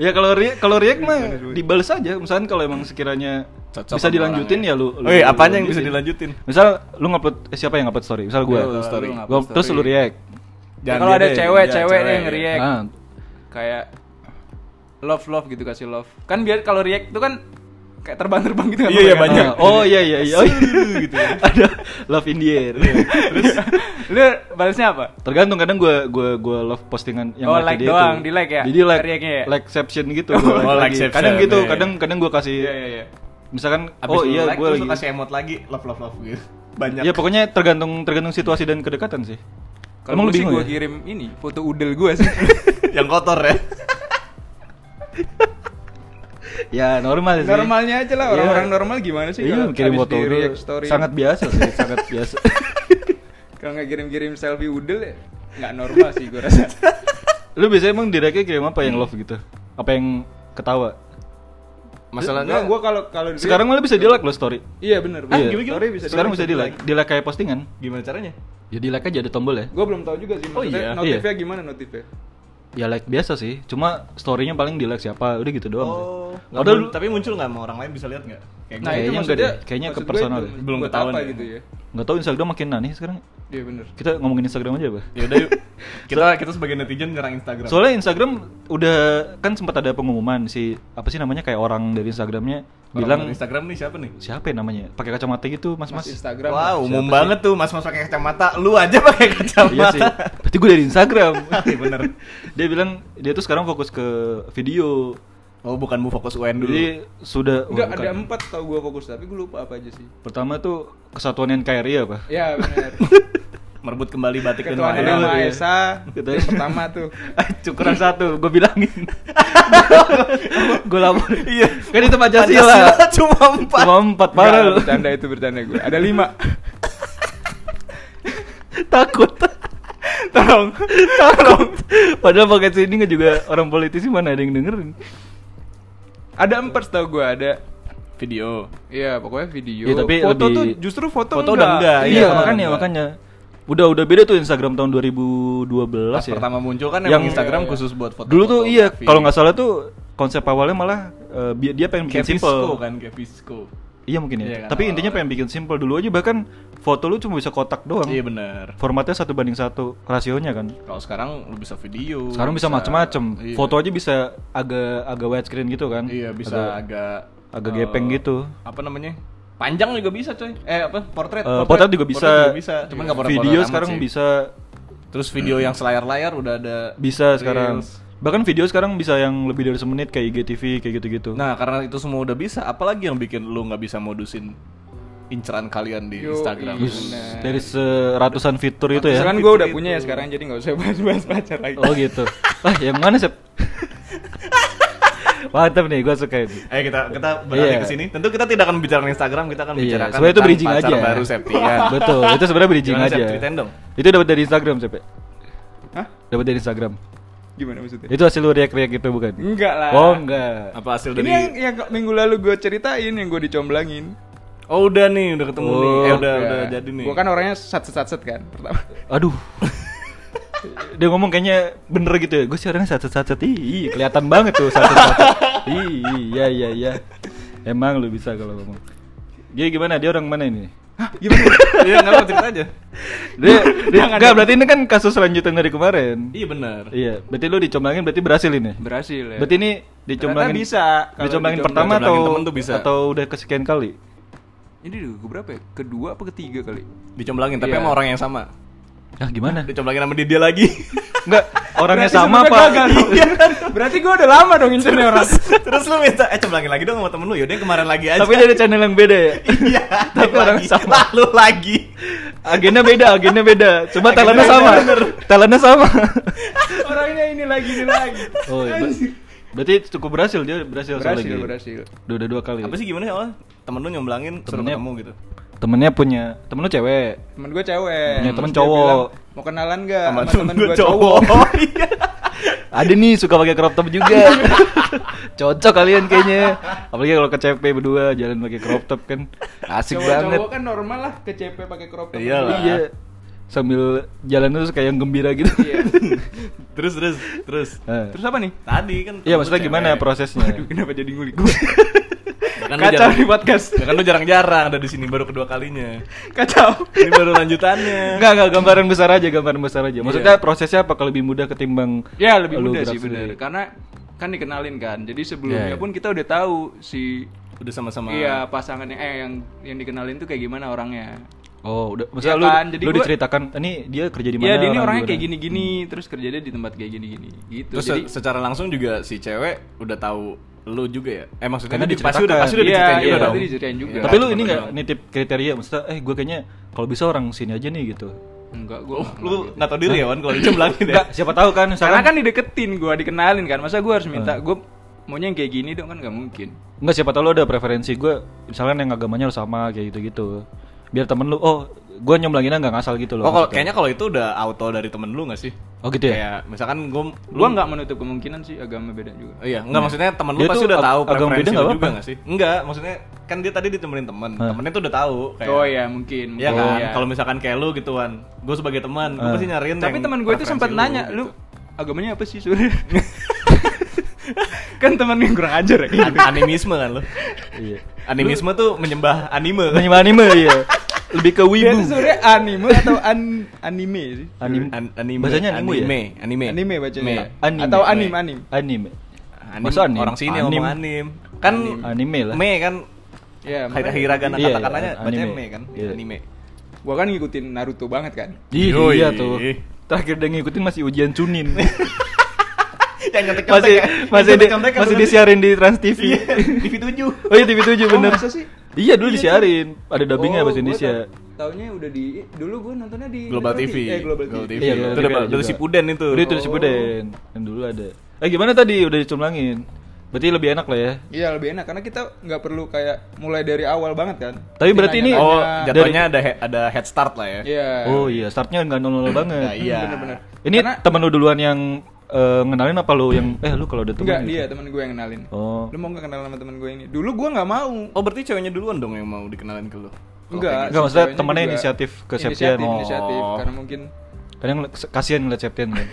ya kalau Riek kalau Riek mah dibales aja. Misalkan kalau emang sekiranya Cocok bisa sama dilanjutin orangnya. ya lu. lu- Woi, lu apanya yang bisa dilanjutin? Misal lu ngupload eh, siapa yang ngupload story? Misal Iya, lu gua. story. Gua- terus lu react. Ya, dia kalau ada deh, cewek, iya, cewek yang react. Nah, Kayak love love gitu kasih love. Kan biar kalau react tuh kan kayak terbang-terbang gitu kan, Iya, iya, kan? banyak. nah, oh iya iya iya. Oh, iya. gitu ya. Ada love in the air. Iya, Lu balasnya apa? Tergantung kadang gue gua gua love postingan yang Oh, laki like dia doang, itu. di like ya? Jadi like, React-nya ya? likeception gitu. gua Oh, like lagi. likeception, kadang gitu, iya, iya. kadang kadang gue kasih Iya iya iya. misalkan Abis oh iya like, gue lagi. terus lu kasih emot lagi love love love gitu. Banyak. Ya pokoknya tergantung tergantung situasi dan kedekatan sih. Kalau Emang lu gue sih bingung gue ya? kirim ini foto udel gue sih. yang kotor ya. Ya normal sih. Normalnya aja lah orang-orang normal gimana sih? Iya, kalau kirim habis foto di dulu. react story. sangat biasa sih, sangat biasa. Kalau nggak kirim-kirim selfie udel ya nggak normal sih gue rasa. Lu biasanya emang direknya kirim apa yang love gitu? Apa yang ketawa? Masalahnya gue kalau kalau di- Sekarang malah bisa di like lo story. Iya benar. Iya. Story bisa. Sekarang bisa di like, di-like. di like kayak postingan. gimana caranya? Ya di like aja ada tombol ya. Gue belum tahu juga sih. Oh iya, Maksudnya iya. notifnya gimana notifnya? Ya like biasa sih, cuma storynya paling di like siapa, udah gitu doang sih. Oh. nggak Padahal mun- tapi muncul nggak mau orang lain bisa lihat nggak? Nah, Kayak gitu. Kayaknya enggak maksudnya- deh, kayaknya ke maksud gue personal itu ya. Belum buat ketahuan apa ya. gitu ya. nggak tahu Instagram makin aneh sekarang. Iya benar. Kita ngomongin Instagram aja, Bah. Ya udah yuk. Kita kita sebagai netizen nyerang Instagram. Soalnya Instagram udah kan sempat ada pengumuman si apa sih namanya kayak orang dari Instagramnya Orang bilang dari Instagram nih siapa nih? siapa ya namanya pakai kacamata gitu mas mas. Mas Instagram. Wah, umum banget tuh mas-mas pakai kacamata. Lu aja pakai Iya sih. kacamata. Berarti gue dari Instagram. Iya bener. dia bilang dia tuh sekarang fokus ke video. Oh, bukan mau fokus UN dulu. Jadi sudah. Enggak bukan. ada empat tau gue fokus tapi gue lupa apa aja sih. Pertama tuh kesatuan NKRI apa? Ya benar. Merebut kembali batik dan Ketua Hana Iya, wayang. iya. Maha Esa Gitu. yang pertama tuh. Cukuran satu, gue bilangin. gue lapor. Iya. Kan itu Pancasila. cuma empat. Cuma empat Enggak, parah lu. bercanda itu bercanda gue. Ada lima. Takut. Tolong, tolong. Padahal pakai sini nggak juga orang politisi mana ada yang dengerin. Ada empat tau gue ada video. Iya, pokoknya video. Iya, tapi foto lebih- tuh justru foto, Foto udah enggak, iya, iya, makanya enggak. makanya udah udah beda tuh Instagram tahun 2012 Pas ya pertama muncul kan Yang- emang Instagram iya, iya. khusus buat foto. dulu tuh iya kalau nggak salah tuh konsep awalnya malah eh, bi- dia pengen bikin simple kan kayak Visco. iya mungkin ya Iya kan, tapi awal-awal. intinya pengen bikin simple dulu aja bahkan foto lu cuma bisa kotak doang Iya bener. formatnya satu banding satu rasionya kan Kalau sekarang lu bisa video. sekarang bisa macem-macem iya. foto aja bisa agak agak widescreen gitu kan Iya Agak- bisa agak agak eh, gepeng gitu. Apa namanya? Panjang juga bisa coy. Eh apa? Portrait. Eh, potret juga bisa, Cuman nggak portrait. video sekarang bisa Terus video yang selayar-layar udah ada. bisa sekarang reels. bahkan video sekarang bisa yang lebih dari semenit kayak IGTV kayak gitu-gitu Nah karena itu semua udah bisa, apalagi yang bikin lu nggak bisa modusin inceran kalian di Yo, Instagram. iya. Terus dari seratusan fitur itu ya Sekarang gue udah punya ya sekarang jadi nggak usah bahas-bahas pacar lagi. oh gitu ah yang mana sep mantap nih gue suka ini Eh kita kita beralih Iya. ke sini. Tentu kita tidak akan bicara Instagram, kita akan Iya, bicara sebenarnya itu bridging pacar aja. baru Septian. Betul, itu sebenarnya bridging Gimana, aja. Sep? Ceritain dong. Itu dapat dari Instagram, Cep. Hah? Dapat dari Instagram. Gimana maksudnya? Itu hasil lu riak-riak gitu bukan? Enggak lah. Oh, enggak. Apa hasil Ini dari? yang, yang minggu lalu gue ceritain yang gue dicomblangin. Oh udah nih, udah ketemu nih. Eh Oh, udah Ya. udah jadi nih. Gua kan orangnya satset-satset kan pertama. Aduh. Dia ngomong kayaknya bener gitu ya. Gue sih orangnya satu-satu Ih, kelihatan banget tuh satu-satu. Iya, iya, iya. Emang lu bisa kalau ngomong. Dia gimana? Dia orang mana ini? Hah, gimana? Iya nggak apa cerita aja. Dia, dia enggak berarti ini kan kasus lanjutan dari kemarin. Iya benar. Iya, berarti lu dicomblangin berarti berhasil ini. Berhasil ya. Berarti ini dicomblangin Ternyata bisa. Kalau Dicomblangin dicomblang- pertama atau dicomblangin temen tuh bisa. atau udah kesekian kali? Ini dulu gue berapa ya? Kedua apa ketiga kali? Dicomblangin tapi Iya. sama orang yang sama. Ah gimana? Dicomblangin sama dia, dia lagi. Enggak, orangnya Berarti sama sebenarnya apa? Iya. gagal dong. Berarti gue udah lama dong incernya orang. Terus lu minta eh comblangin lagi dong sama temen lu. Yaudah yang kemarin lagi Ya aja. Tapi dari channel yang beda ya. iya. tapi dia orang lagi. sama. Lalu lagi. Agennya beda, agennya beda. Cuma Agennya talentnya beda, sama. bener. Talentnya sama. Orangnya ini lagi ini lagi. Oh, iya, ber- berarti cukup berhasil dia berhasil, sekali Berhasil, lagi. berhasil. Udah, udah dua kali. Apa sih gimana sih awalnya? Temen lu nyomblangin suruh Iya. Temennya- ketemu gitu. Temennya punya, temen lu cewek. Temen gue cewek. Punya temen Terus dia cowok. bilang, Mau kenalan gak Iya, sama, temen gua gue cowok? Iya. Ada nih suka pakai crop top juga. Cocok kalian kayaknya. Apalagi kalau ke CP berdua jalan pakai crop top kan. Asik banget. Cowok kan normal lah ke CP pakai crop top. Iyalah. Iya. Sambil jalan terus kayak yang gembira gitu. Iya. terus terus terus. Eh. Terus apa nih? Tadi kan Iya maksudnya gimana prosesnya? Aduh, kenapa jadi ngulik gue? Kan Kacau di podcast. Ya kan lu jarang-jarang ada di sini baru kedua kalinya. Kacau. Ini baru lanjutannya. Enggak, enggak gambaran besar aja, gambaran besar aja. Iya. Maksudnya prosesnya apakah lebih mudah ketimbang Ya lebih lu mudah gerak sih sendiri? bener karena kan dikenalin kan. Jadi sebelumnya Iya, iya. pun kita udah tahu si Udah sama-sama. iya pasangan yang- eh yang yang dikenalin tuh kayak gimana orangnya. Oh, udah maksudnya Iya lu kan, jadi lu gua- diceritakan, ini dia kerja di mana? Iya, dia ini orang orangnya gimana?" Hmm. kayak gini-gini, terus kerjanya di tempat kayak gini-gini. Gitu. Terus jadi se- secara langsung juga si cewek udah tahu lu juga ya? Eh maksudnya Karena kan di- pasti diceritakan. udah pasti udah Iya, diceritain iya, juga dong. pasti diceritain juga. Tapi lu Cuma ini enggak doang. nitip kriteria maksudnya eh gue kayaknya kalau bisa orang sini aja nih gitu. enggak gua lu nggak tau diri ya Wan kalau dicemblangin ya. Enggak, siapa tahu kan Karena misalkan kan dideketin gua, dikenalin kan. Ah. Masa gua harus minta gua maunya yang kayak gini dong kan nggak mungkin. enggak siapa tahu lu ada preferensi gue misalkan yang agamanya harus sama kayak gitu-gitu. Biar temen lu oh, gue nyomblanginnya enggak ngasal gitu loh. Oh, kalau maksudnya. kayaknya kalau itu udah auto dari temen lu gak sih? Oh gitu ya. Kayak misalkan gue Gua nggak menutup kemungkinan sih agama beda juga. Iya, enggak maksudnya temen lu Dia pasti tuh udah ag- tahu agama preferensi beda lu nggak juga apa-apa. gak sih? Enggak, maksudnya kan dia tadi ditemenin temen Temennya tuh udah tahu kayak Oh ya mungkin. Ya mungkin, kan, iya. kalau misalkan kayak lu gituan, gue sebagai teman, gue Eh. pasti nyariin. Tapi yang teman gue itu preferensi sempat nanya, gitu. lu agamanya apa sih sebenarnya? kan teman yang kurang ajar ya. An- animisme kan lu? Iya. Animisme tuh menyembah anime. kan? Anime anime ya. Lebih ke Dia Ya, itu wibu. sebenarnya anime atau an- anime sih? Anime. An- anime. Bahasanya anime ya? anime, anime. Anime bacanya. Me. Anime. Atau anim anim. Anime. Anime. Masa anime? Orang sini Anime. ngomong anim. Kan Anime lah. Me kan Hira Ya, makanya hiragana Iya, kata-katanya iya, bacanya anime. me kan. Iya. Anime. gua kan ngikutin Naruto banget kan. Ih, Yoi. iya tuh. Terakhir dia ngikutin masih ujian cunin. Yang nyetek-nyetek masih ya. masih di, Yang nyetek-nyetek masih kan, disiarin di Trans TV. Iya, TV 7. oh iya TV 7 bener. masa sih? Iya dulu disiarin. Ada dubbingnya ya, Oh, bahasa gua Indonesia. ta- Taunya udah di dulu gua nontonnya di Global Metro TV. Eh, Global TV. Iya, Global Itu TV udah ada dari juga. Sipuden itu. Udah itu Sipuden. Yang dulu ada. Eh gimana tadi udah dicumlangin? Berarti lebih enak lah ya. Iya lebih enak karena kita nggak perlu kayak mulai dari awal banget kan. Tapi berarti ini- Oh, nanya-nanya. jatuhnya ada he- ada head start lah ya. Iya. Oh iya, startnya Oh, nggak nol-nol banget. Nah, iya. Bener-bener. Ini temen lu duluan yang eh, ngenalin apa lu yang eh lu kalau ada temen Enggak, gitu? dia teman gue yang kenalin. Oh. Lu mau gak kenal sama teman gue ini? Dulu gue nggak mau. Oh berarti ceweknya duluan dong yang mau dikenalin ke lu? Enggak, Enggak, si maksudnya gitu ceweknya temennya juga inisiatif ke Septian. Inisiatif, Oh. inisiatif. Karena mungkin Kadang ngel- kasihan ngeliat Septian kan.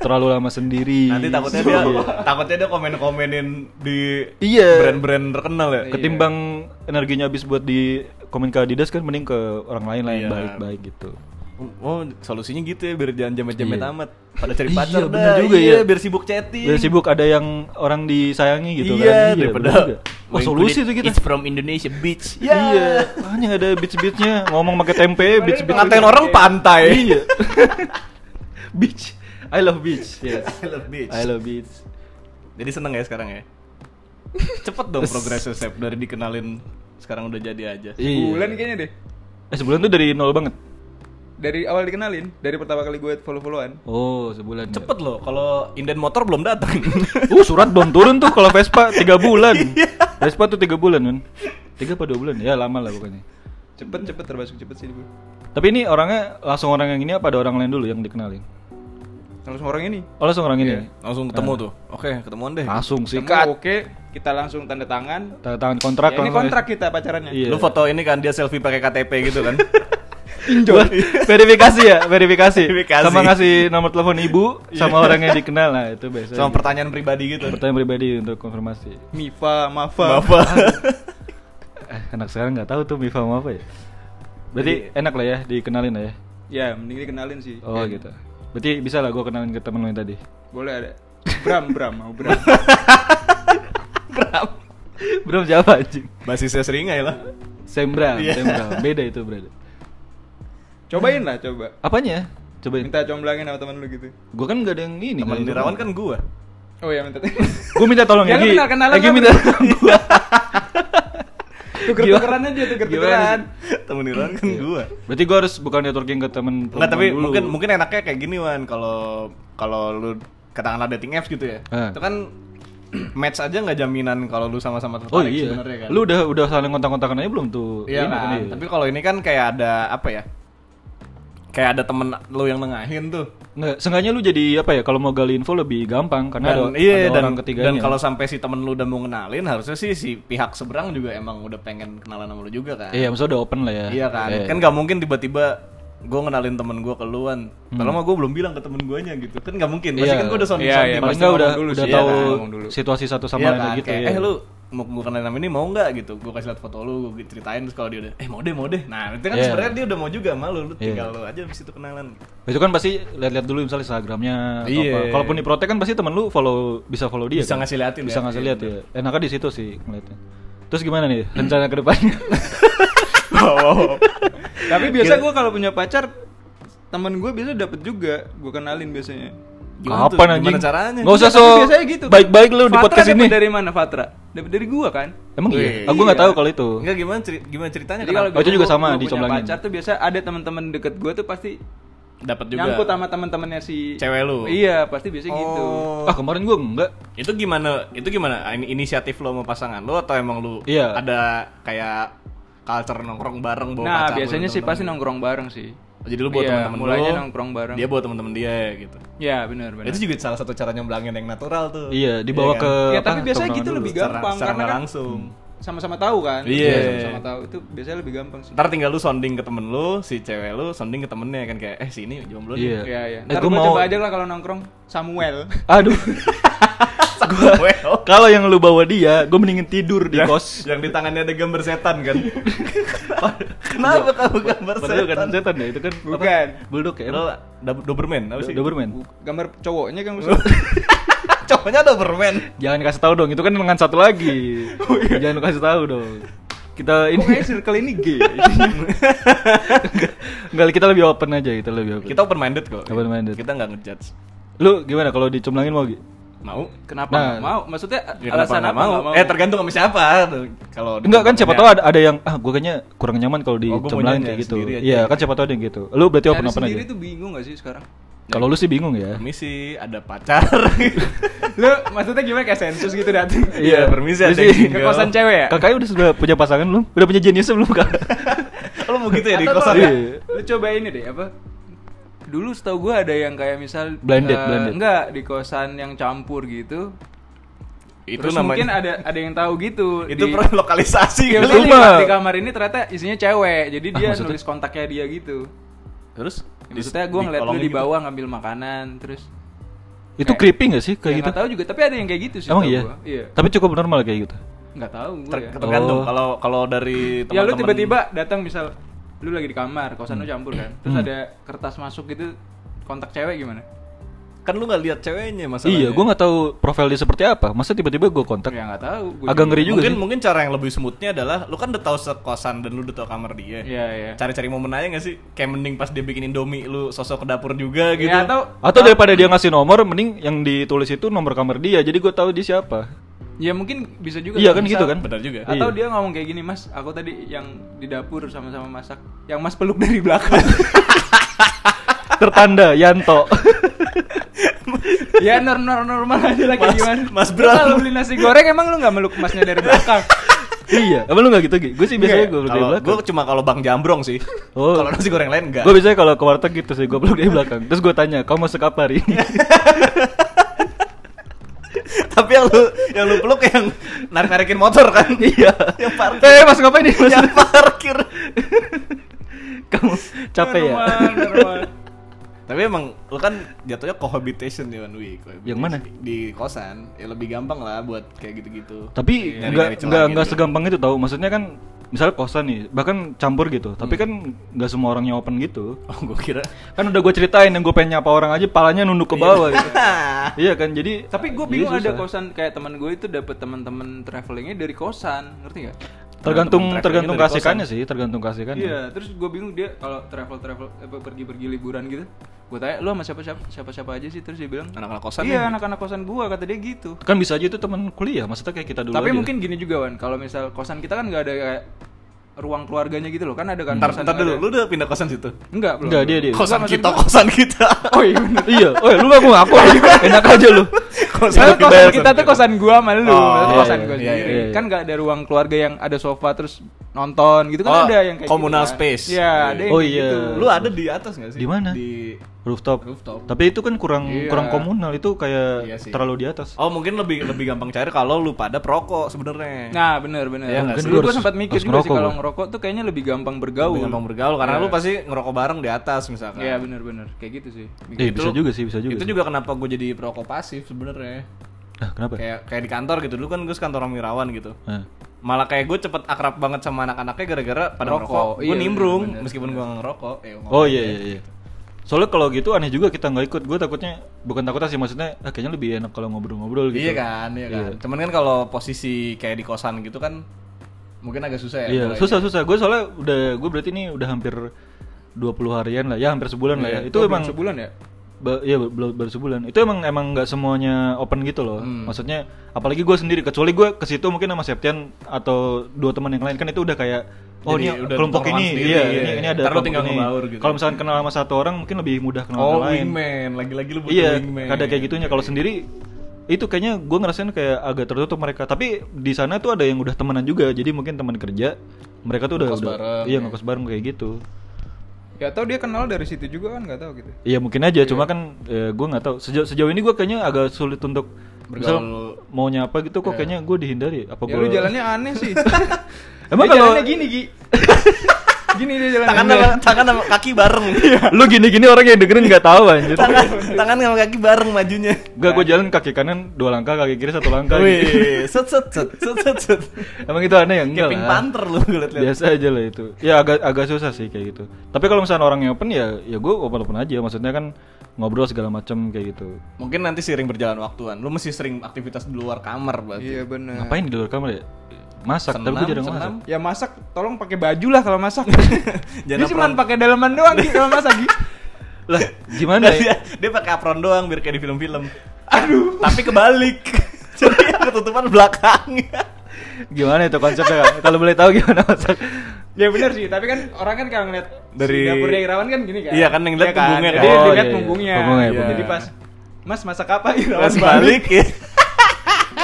Terlalu lama sendiri. Nanti takutnya dia takutnya dia komen-komenin di Iya. brand-brand terkenal ya. Ketimbang energinya habis buat di komen ke Adidas kan mending ke orang lain lah yang Iya. baik-baik gitu. Oh, solusinya gitu ya biar jangan jamet-jamet Iya. amat. Pada cari Iya, pacar bener juga iya, ya. biar sibuk chatting. Biar sibuk ada yang orang disayangi gitu iya, kan. daripada bener juga. Wah, Wayang solusi kulit, tuh kita. It's from Indonesia bitch. Iya. Hanya ada beats-beatsnya ngomong pakai tempe beats-beats. Ngatain orang pantai. Iya. beach. I love beach. Iya. Yes. I love bitch. I love beach. Jadi seneng ya sekarang ya. Cepet dong progresnya Sep dari dikenalin sekarang udah jadi aja. Iya. bulan kayaknya deh. Eh sebulan tuh dari nol banget. Dari awal dikenalin, dari pertama kali gue follow-followan. Oh, sebulan. ya. Cepet loh kalau inden motor belum datang. Uh, surat belum turun tuh kalau Vespa 3 bulan. Vespa tuh 3 bulan, kan. 3 apa 2 bulan? Ya lama lah pokoknya. Cepet-cepet termasuk cepet sih gue. Tapi ini orangnya langsung orang yang ini apa ada orang lain dulu yang dikenalin? Nah, Langsung orang ini. Oh, langsung orang ini. Langsung Ah. ketemu tuh. Oke, ketemuan deh. Langsung Ketemu, sikat. Oke, kita langsung tanda tangan. Tanda tangan kontrak Ya, ini langsung ya. kontrak kita pacarannya. Iya. Lu foto ini kan dia selfie pakai KTP gitu kan. Buat verifikasi ya, verifikasi. Verifikasi. Sama ngasih nomor telepon ibu sama orang yang dikenal lah itu biasanya. Sama pertanyaan pribadi gitu. pertanyaan pribadi untuk konfirmasi. Mifa, Mafa. Bapak. Eh, anak sekarang nggak tahu tuh Mifa mau apa ya. Berarti enak lah ya dikenalin lah ya. Ya, mending dikenalin sih. Iya. Oh gitu. Berarti bisa lah gue kenalin ke temen lo yang tadi. Boleh ada. Bram, Bram, mau Bram. Belum siapa anjing? Basisnya seringai lah. Sembra, Iya. Sembra. Beda itu berarti. Cobain lah, coba. Apanya? Cobain. Minta comblangin sama teman lu gitu. Gue kan gak ada yang ini. Teman Irawan kan gua. Oh ya, minta. Gue minta tolong Jangan lagi. kenal- kenalan Lagi kan? minta. Gua- Tuker-tukeran aja, tuker-tukeran. Temen Irawan kan gua. Berarti gue harus bukan networking ke Iya. temen. Enggak, tapi perempuan dulu. mungkin mungkin enaknya kayak gini Wan kalau kalau lu katakanlah dating apps gitu ya. Ah. Itu kan match aja nggak jaminan kalau lu sama-sama tertarik Oh iya. sebenarnya kan. Lu udah udah saling kontak-kontakan aja belum tuh? Iya Ini kan? kan, iya. Tapi kalau ini kan kayak ada apa ya? Kayak ada temen lu yang nengahin tuh. Nggak, seenggaknya lu jadi apa ya? Kalau mau gali info lebih gampang karena ada, iya, ada dan, orang ketiganya. dan kalau sampai si temen lu udah mau kenalin harusnya sih si pihak seberang juga emang udah pengen kenalan sama lu juga kan. Iya, maksudnya udah open lah ya. Iya kan, Iya. kan nggak mungkin tiba-tiba gue ngenalin temen gue ke luan, kalau mah gue belum bilang ke temen guanya gitu, kan nggak mungkin. Pasti Iya. kan gue udah sounding Iya, sounding. iya, Paling pasti nggak udah ngomong dulu udah ya sih, tahu iya kan, ngomong dulu. situasi satu sama Iya lain kan, gitu kayak, ya. eh lu mau gue kenalin nama ini mau nggak gitu, gue kasih liat foto lu, gue ceritain terus kalau dia udah, eh mau deh mau deh. Nah nanti kan Iya. sebenarnya dia udah mau juga sama lu, lu Iya. tinggal lu aja abis itu kenalan. Gitu. Itu kan pasti lihat-lihat dulu misalnya Instagramnya atau Iya. apa. Kalaupun di protek kan pasti temen lu follow bisa follow dia. Bisa kan? ngasih liatin Bisa ya. ngasih Iya, lihat ya. Enaknya di situ sih ngeliatnya. Terus gimana nih rencana ke depannya? Iya. Oh. Tapi biasa gue kalau punya pacar, temen gue biasa dapet juga. Gue kenalin biasanya. Gimana tuh? Kapan anjing? Gimana caranya? Nggak usah Iya, so tapi biasanya gitu. baik-baik lu di Fatra podcast kan dapet ini. dari mana Fatra? Dapet dari gue kan. Emang Wih, iya? Aku nggak tahu kalau itu. Enggak gimana ceri- gimana ceritanya? Jadi kalau Oh, itu gitu juga gua- sama, gua punya dicomblangin. Pacar tuh biasa ada teman-teman deket gue tuh pasti dapat juga. nyangkut sama teman-temannya si Cewek lu? Iya, pasti biasanya gitu. Oh. Ah kemarin gua enggak. Itu gimana? Itu gimana? In- Inisiatif lo sama pasangan lo atau emang lu Iya. ada kayak culture nongkrong bareng bawa Nah, pacar lu, biasanya sih temen-temen pasti gitu? nongkrong bareng sih. Oh, Jadi lu bawa Iya, temen-temen lu, mulainya nongkrong bareng. Dia bawa temen-temen dia ya, gitu. Ya, benar benar. Itu juga salah satu cara nyemblangin yang natural tuh. Iya, dibawa Iya ke Ya, apa, tapi biasanya tongkrongan gitu dulu. lebih Secara- gampang secara karena nggak kan langsung. sama-sama tahu kan. Iya. sama-sama tahu. Itu biasanya lebih gampang sih. Ntar tinggal lu sounding ke temen lu, si cewek lu sounding ke temennya kan kayak eh sini jomblo Iya. nih. Iya, iya. Eh, Ntar gua gua mau- coba aja lah kalau nongkrong Samuel. Aduh. Well, Kalau yang lu bawa dia, gue mendingin tidur di yang- kos. Yang di tangannya ada gambar setan kan. Kenapa kamu gambar Padahal setan? kan setan ya, itu kan apa? Bukan. Bulldog ya? Lo Dob- Doberman apa sih? Doberman. Gambar cowoknya kan gua suka. Cowoknya Doberman. Jangan kasih tahu dong, itu kan lengan satu lagi. Oh, Jangan kasih tahu dong. Kita ini Pokoknya iya. circle ini gay. enggak kita lebih open aja, kita lebih open. Kita open minded kok. Open minded. Kita nggak ngejudge. Lu gimana kalau dicemlangin mau Gi? Mau? Kenapa Nah. nggak mau? Maksudnya Ya, kenapa alasan nggak apa mau? nggak mau? Eh tergantung sama siapa. Kalau Enggak kan siapa tahu ada, ada yang ah gue kayaknya kurang nyaman Oh, kalau gua dicemlangin maunya kayak gitu. sendiri aja. Iya, kan siapa tahu ada yang gitu. Lu berarti Cari open open aja. sendiri tuh bingung gak sih sekarang? Kalau lu sih bingung ya. Permisi, ada pacar. Iya, Lu maksudnya gimana kayak sensus gitu dateng? Iya, permisi ada Jadi, yang Ke single. kosan cewek ya? Kakaknya udah sudah punya pasangan belum? Udah punya jenius belum kak? Lo mau gitu ya di Atau kosan lu- ya? Iya. Lu coba ini deh apa? dulu setahu gue ada yang kayak misal Blended, eh, blended. enggak di kosan yang campur gitu Itu Terus namanya mungkin ada ada yang tahu gitu itu di, pro lokalisasi gitu. kali. Iya, maksudnya di, Sumpah. di kamar ini ternyata isinya cewek jadi Ah, dia nulis kontaknya dia gitu Terus Ya, maksudnya gue ngeliat lu kolongnya di gitu. bawah ngambil makanan terus Itu creepy gak sih ya, kayak gitu? nggak tahu juga tapi ada yang kayak gitu sih Emang tahu iya? gua. iya Tapi cukup normal kayak gitu. nggak tahu gue Ter- ya tergantung Oh. kalau kalau dari ya lu teman-teman tiba-tiba datang misal lu lagi di kamar kosan Hmm. lu campur kan terus ada kertas masuk gitu kontak cewek gimana kan lu nggak lihat ceweknya masalahnya Iya, Iya, gue nggak tahu profil dia seperti apa. Masa tiba-tiba gue kontak? ya nggak tahu gua Agak ngeri juga mungkin sih. mungkin cara yang lebih smoothnya adalah lu kan udah tahu sekosan dan lu udah tahu kamar dia Iya, iya. cari-cari momen aja nggak sih kayak mending pas dia bikin indomie lu sosok ke dapur juga gitu ya, atau Atau daripada dia ngasih nomor, mending yang ditulis itu nomor kamar dia. Jadi gue tahu dia siapa. ya mungkin bisa juga Iya kalau kan misal- gitu kan? benar juga atau Iya. dia ngomong kayak gini mas aku tadi yang di dapur sama-sama masak yang mas peluk dari belakang Tertanda Yanto. ya nor nor normal aja lah kayak Mas- gimana Mas Lu Bram. kalau beli nasi goreng emang lu nggak meluk masnya dari belakang iya. Emang lu nggak gitu? Gue sih ya? biasanya gue peluk dari ya? kalau belakang. gue cuma kalau bang jambrong sih Oh. kalau nasi goreng lain enggak Gue biasanya kalau ke warteg gitu sih, gue peluk dari belakang. Terus gue tanya, kamu masuk apa hari ini? tapi yang lu yang lu peluk yang narik narikin motor kan Iya. yang parkir Eh, masuk apa ini? Mas? yang parkir Kamu capek ya? normal, normal. tapi emang lu kan jatuhnya cohabitation nih one week cohabitation. Yang mana? di kosan ya lebih gampang lah buat kayak gitu-gitu Tapi Nyari-nyari nggak celah nggak gitu. nggak segampang itu tahu. Maksudnya kan misalnya kosan nih, bahkan campur gitu. Hmm. Tapi kan nggak semua orangnya open gitu. oh gue kira Kan udah gue ceritain yang gue pengen nyapa orang aja, palanya nunduk ke bawah gitu. iya kan, jadi tapi gue jadi bingung Iya, ada susah. kosan kayak teman gue itu dapet teman-teman travelingnya dari kosan ngerti nggak Tergantung Temen-temen tergantung travelingnya dari kasihkannya sih, tergantung kasihkannya. Iya, terus gue bingung dia kalau travel travel apa pergi-pergi liburan gitu. Gue tanya, "Lu sama siapa siapa siapa siapa aja sih?" Terus dia bilang, anak-anak kosan nih. "Iya, anak-anak kosan gua," kata dia gitu. Kan bisa aja itu teman kuliah, maksudnya kayak kita dulu Tapi aja. mungkin gini juga, Wan. Kalau misal kosan kita kan nggak ada kayak ruang keluarganya gitu loh. Kan ada kan Ntar, kosan ntar yang dulu, ada- lu udah pindah kosan situ? Enggak, belum. Enggak, dia dia. Kosan kita, kosan kita Oh iya bener. iya, oh lu ngaku ngaku enak aja lu. Soalnya kita, kosan kita tuh kosan gua sama lu, Oh, maksudnya kosan iya, gua iya, sendiri. iya. Kan nggak ada ruang keluarga yang ada sofa terus nonton gitu kan Oh, ada yang kayak communal gitu, kan. space. Iya, ada yang Oh kayak iya. gitu. Lu ada di atas gak sih? Di mana? Di... Rooftop. Rooftop. Tapi itu kan kurang Iya. kurang komunal, itu kayak Iya sih. terlalu di atas. Oh mungkin lebih lebih gampang cair kalau lu pada perokok sebenarnya. Nah, bener bener. Iya, nggak Dulu sih? gua Harus- sempat harus mikir juga sih ngerokok kalau gua. ngerokok tuh kayaknya lebih gampang bergaul. Lebih gampang bergaul karena lu pasti ngerokok bareng di atas misalkan. Iya, bener bener. Kayak gitu sih. Eh, bisa juga sih, bisa juga. Itu sih. juga kenapa gue jadi perokok pasif sebenarnya. Ah, kenapa? Kayak kayak di kantor gitu dulu kan gue kantor sama Irawan gitu. Ah. Malah kayak gue cepet akrab banget sama anak-anaknya gara-gara pada Ngerokok. ngerokok. Gue Iya, nimbrung bener-bener. meskipun gue gak ngerokok. Eh, ngomong. Oh iya iya iya. Soalnya kalau gitu aneh juga kita nggak ikut. Gue takutnya bukan takutnya sih maksudnya ah, kayaknya lebih enak kalau ngobrol-ngobrol gitu. Iya kan, iya kan. Cuman kan kalau posisi kayak di kosan gitu kan mungkin agak susah ya. Iya, mulainya. susah susah. Gue soalnya udah gue berarti ini udah hampir 20 harian lah, ya hampir sebulan Iya, lah ya. Itu emang sebulan ya? ba- iya ba- baru sebulan. Itu emang emang nggak semuanya open gitu loh. Hmm. Maksudnya apalagi gue sendiri kecuali gue ke situ mungkin sama Septian atau dua teman yang lain kan itu udah kayak oh ini Jadi udah kelompok tongkrongan ini, sendiri, iya, iya, ini, iya. ini ada Ntar lu kelompok tinggal ini. ngebaur gitu. Kalau misalkan kenal sama satu orang mungkin lebih mudah kenal Oh, orang lain. wingman. Lagi-lagi lu butuh Iya, wingman. ada kayak gitunya. Kalau sendiri itu kayaknya gue ngerasain kayak agak tertutup mereka. Tapi di sana tuh ada yang udah temenan juga. Jadi mungkin teman kerja mereka tuh udah, Ngekos udah bareng, iya ngekos bareng kayak gitu. Ya atau dia kenal dari situ juga kan nggak tahu gitu. Iya mungkin aja. Cuma kan gue nggak tahu. Sejauh sejauh ini gue kayaknya agak sulit untuk misal Bergaul. mau nyapa gitu kok kayaknya gue dihindari. Apa Iya. Ya gua- lu jalannya aneh sih. Emang Dia kalau- jalannya gini, Gi. gini dia Iya, jalannya. Iya, Tangan sama, tangan sama kaki bareng. lu gini-gini orang yang dengerin nggak tahu anjir. tangan, tangan sama kaki bareng majunya. Gak gue jalan kaki kanan dua langkah, kaki kiri satu langkah. gitu. Wih, set set set set set set. Emang itu aneh ya enggak Kayak Pink lah. Iya. Panther lu gue liat-liat. biasa aja lah itu ya agak agak susah sih kayak gitu tapi kalau misalnya orangnya open ya ya gue open open aja maksudnya kan ngobrol segala macam kayak gitu Mungkin nanti sering berjalan waktuan. Lu mesti sering aktivitas di luar kamar berarti. Iya benar. ngapain di luar kamar ya masak tapi gue jarang masak Ya masak tolong pakai baju lah kalau masak. Jangan dia cuma pakai daleman doang Gi kalau masak Gi. lah gimana Nah, ya dia, dia pakai apron doang biar kayak di film-film. Aduh. Tapi kebalik. Jadi yang ketutupan belakangnya. gimana itu konsepnya Kak? kalau boleh tahu gimana masak Ya benar sih, tapi kan orang kan kalau ngeliat Dari- si dapurnya Irawan kan gini kan. Iya kan, yang lihat punggungnya Jadi kan. dia Oh, iya, lihat iya. punggungnya. Punggungnya, Iya. Jadi punggungnya. pas Mas masak apa Irawan Pas balik ya.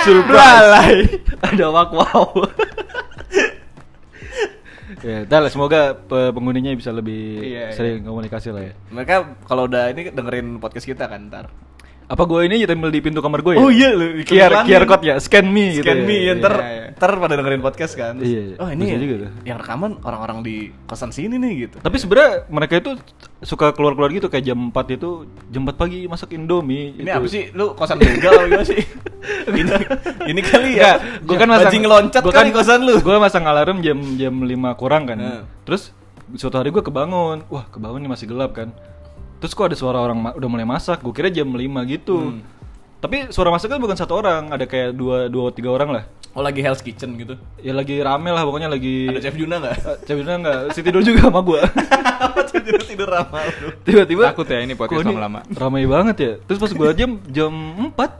surprise ada wak wow Ya, dah lah, semoga pe- penghuninya bisa lebih Iya, sering komunikasi lah ya. Mereka kalau udah ini dengerin podcast kita kan ntar. Apa gue ini ya tembel di pintu kamar gue ya? Oh iya lu, QR, QR kebetulan nih. code ya, scan me gitu. Scan ya. me Iya. ya, ntar Iya, iya. ntar pada dengerin podcast kan. Terus, Iya, iya. Oh ini Bisa juga tuh. yang rekaman orang-orang di kosan sini nih gitu. Tapi sebenarnya mereka itu suka keluar-keluar gitu kayak jam 4 itu jam 4 pagi masak Indomie. gitu. Ini itu. apa sih? Lu kosan begal apa gimana sih? ini, ini kali ya. Gue kan masang bajing loncat gua kali kosan lu. Iya. Gue masang alarm jam jam 5 kurang kan. Heeh. Terus suatu hari gue kebangun. Wah, kebangun nih masih gelap kan. Terus kok ada suara orang ma- udah mulai masak. Gue kira jam 5 gitu. Hmm. Tapi suara masaknya bukan satu orang, ada kayak dua dua tiga orang lah. Oh lagi Hell's Kitchen gitu. Ya lagi rame lah pokoknya lagi Ada Chef Juna enggak? Eh, Chef Juna enggak, si tidur juga sama gue Apa Chef Juna tidur lama lu? Tiba-tiba Takut ya ini kok podcast ini lama-lama. Ramai banget ya. Terus pas gue jam jam 4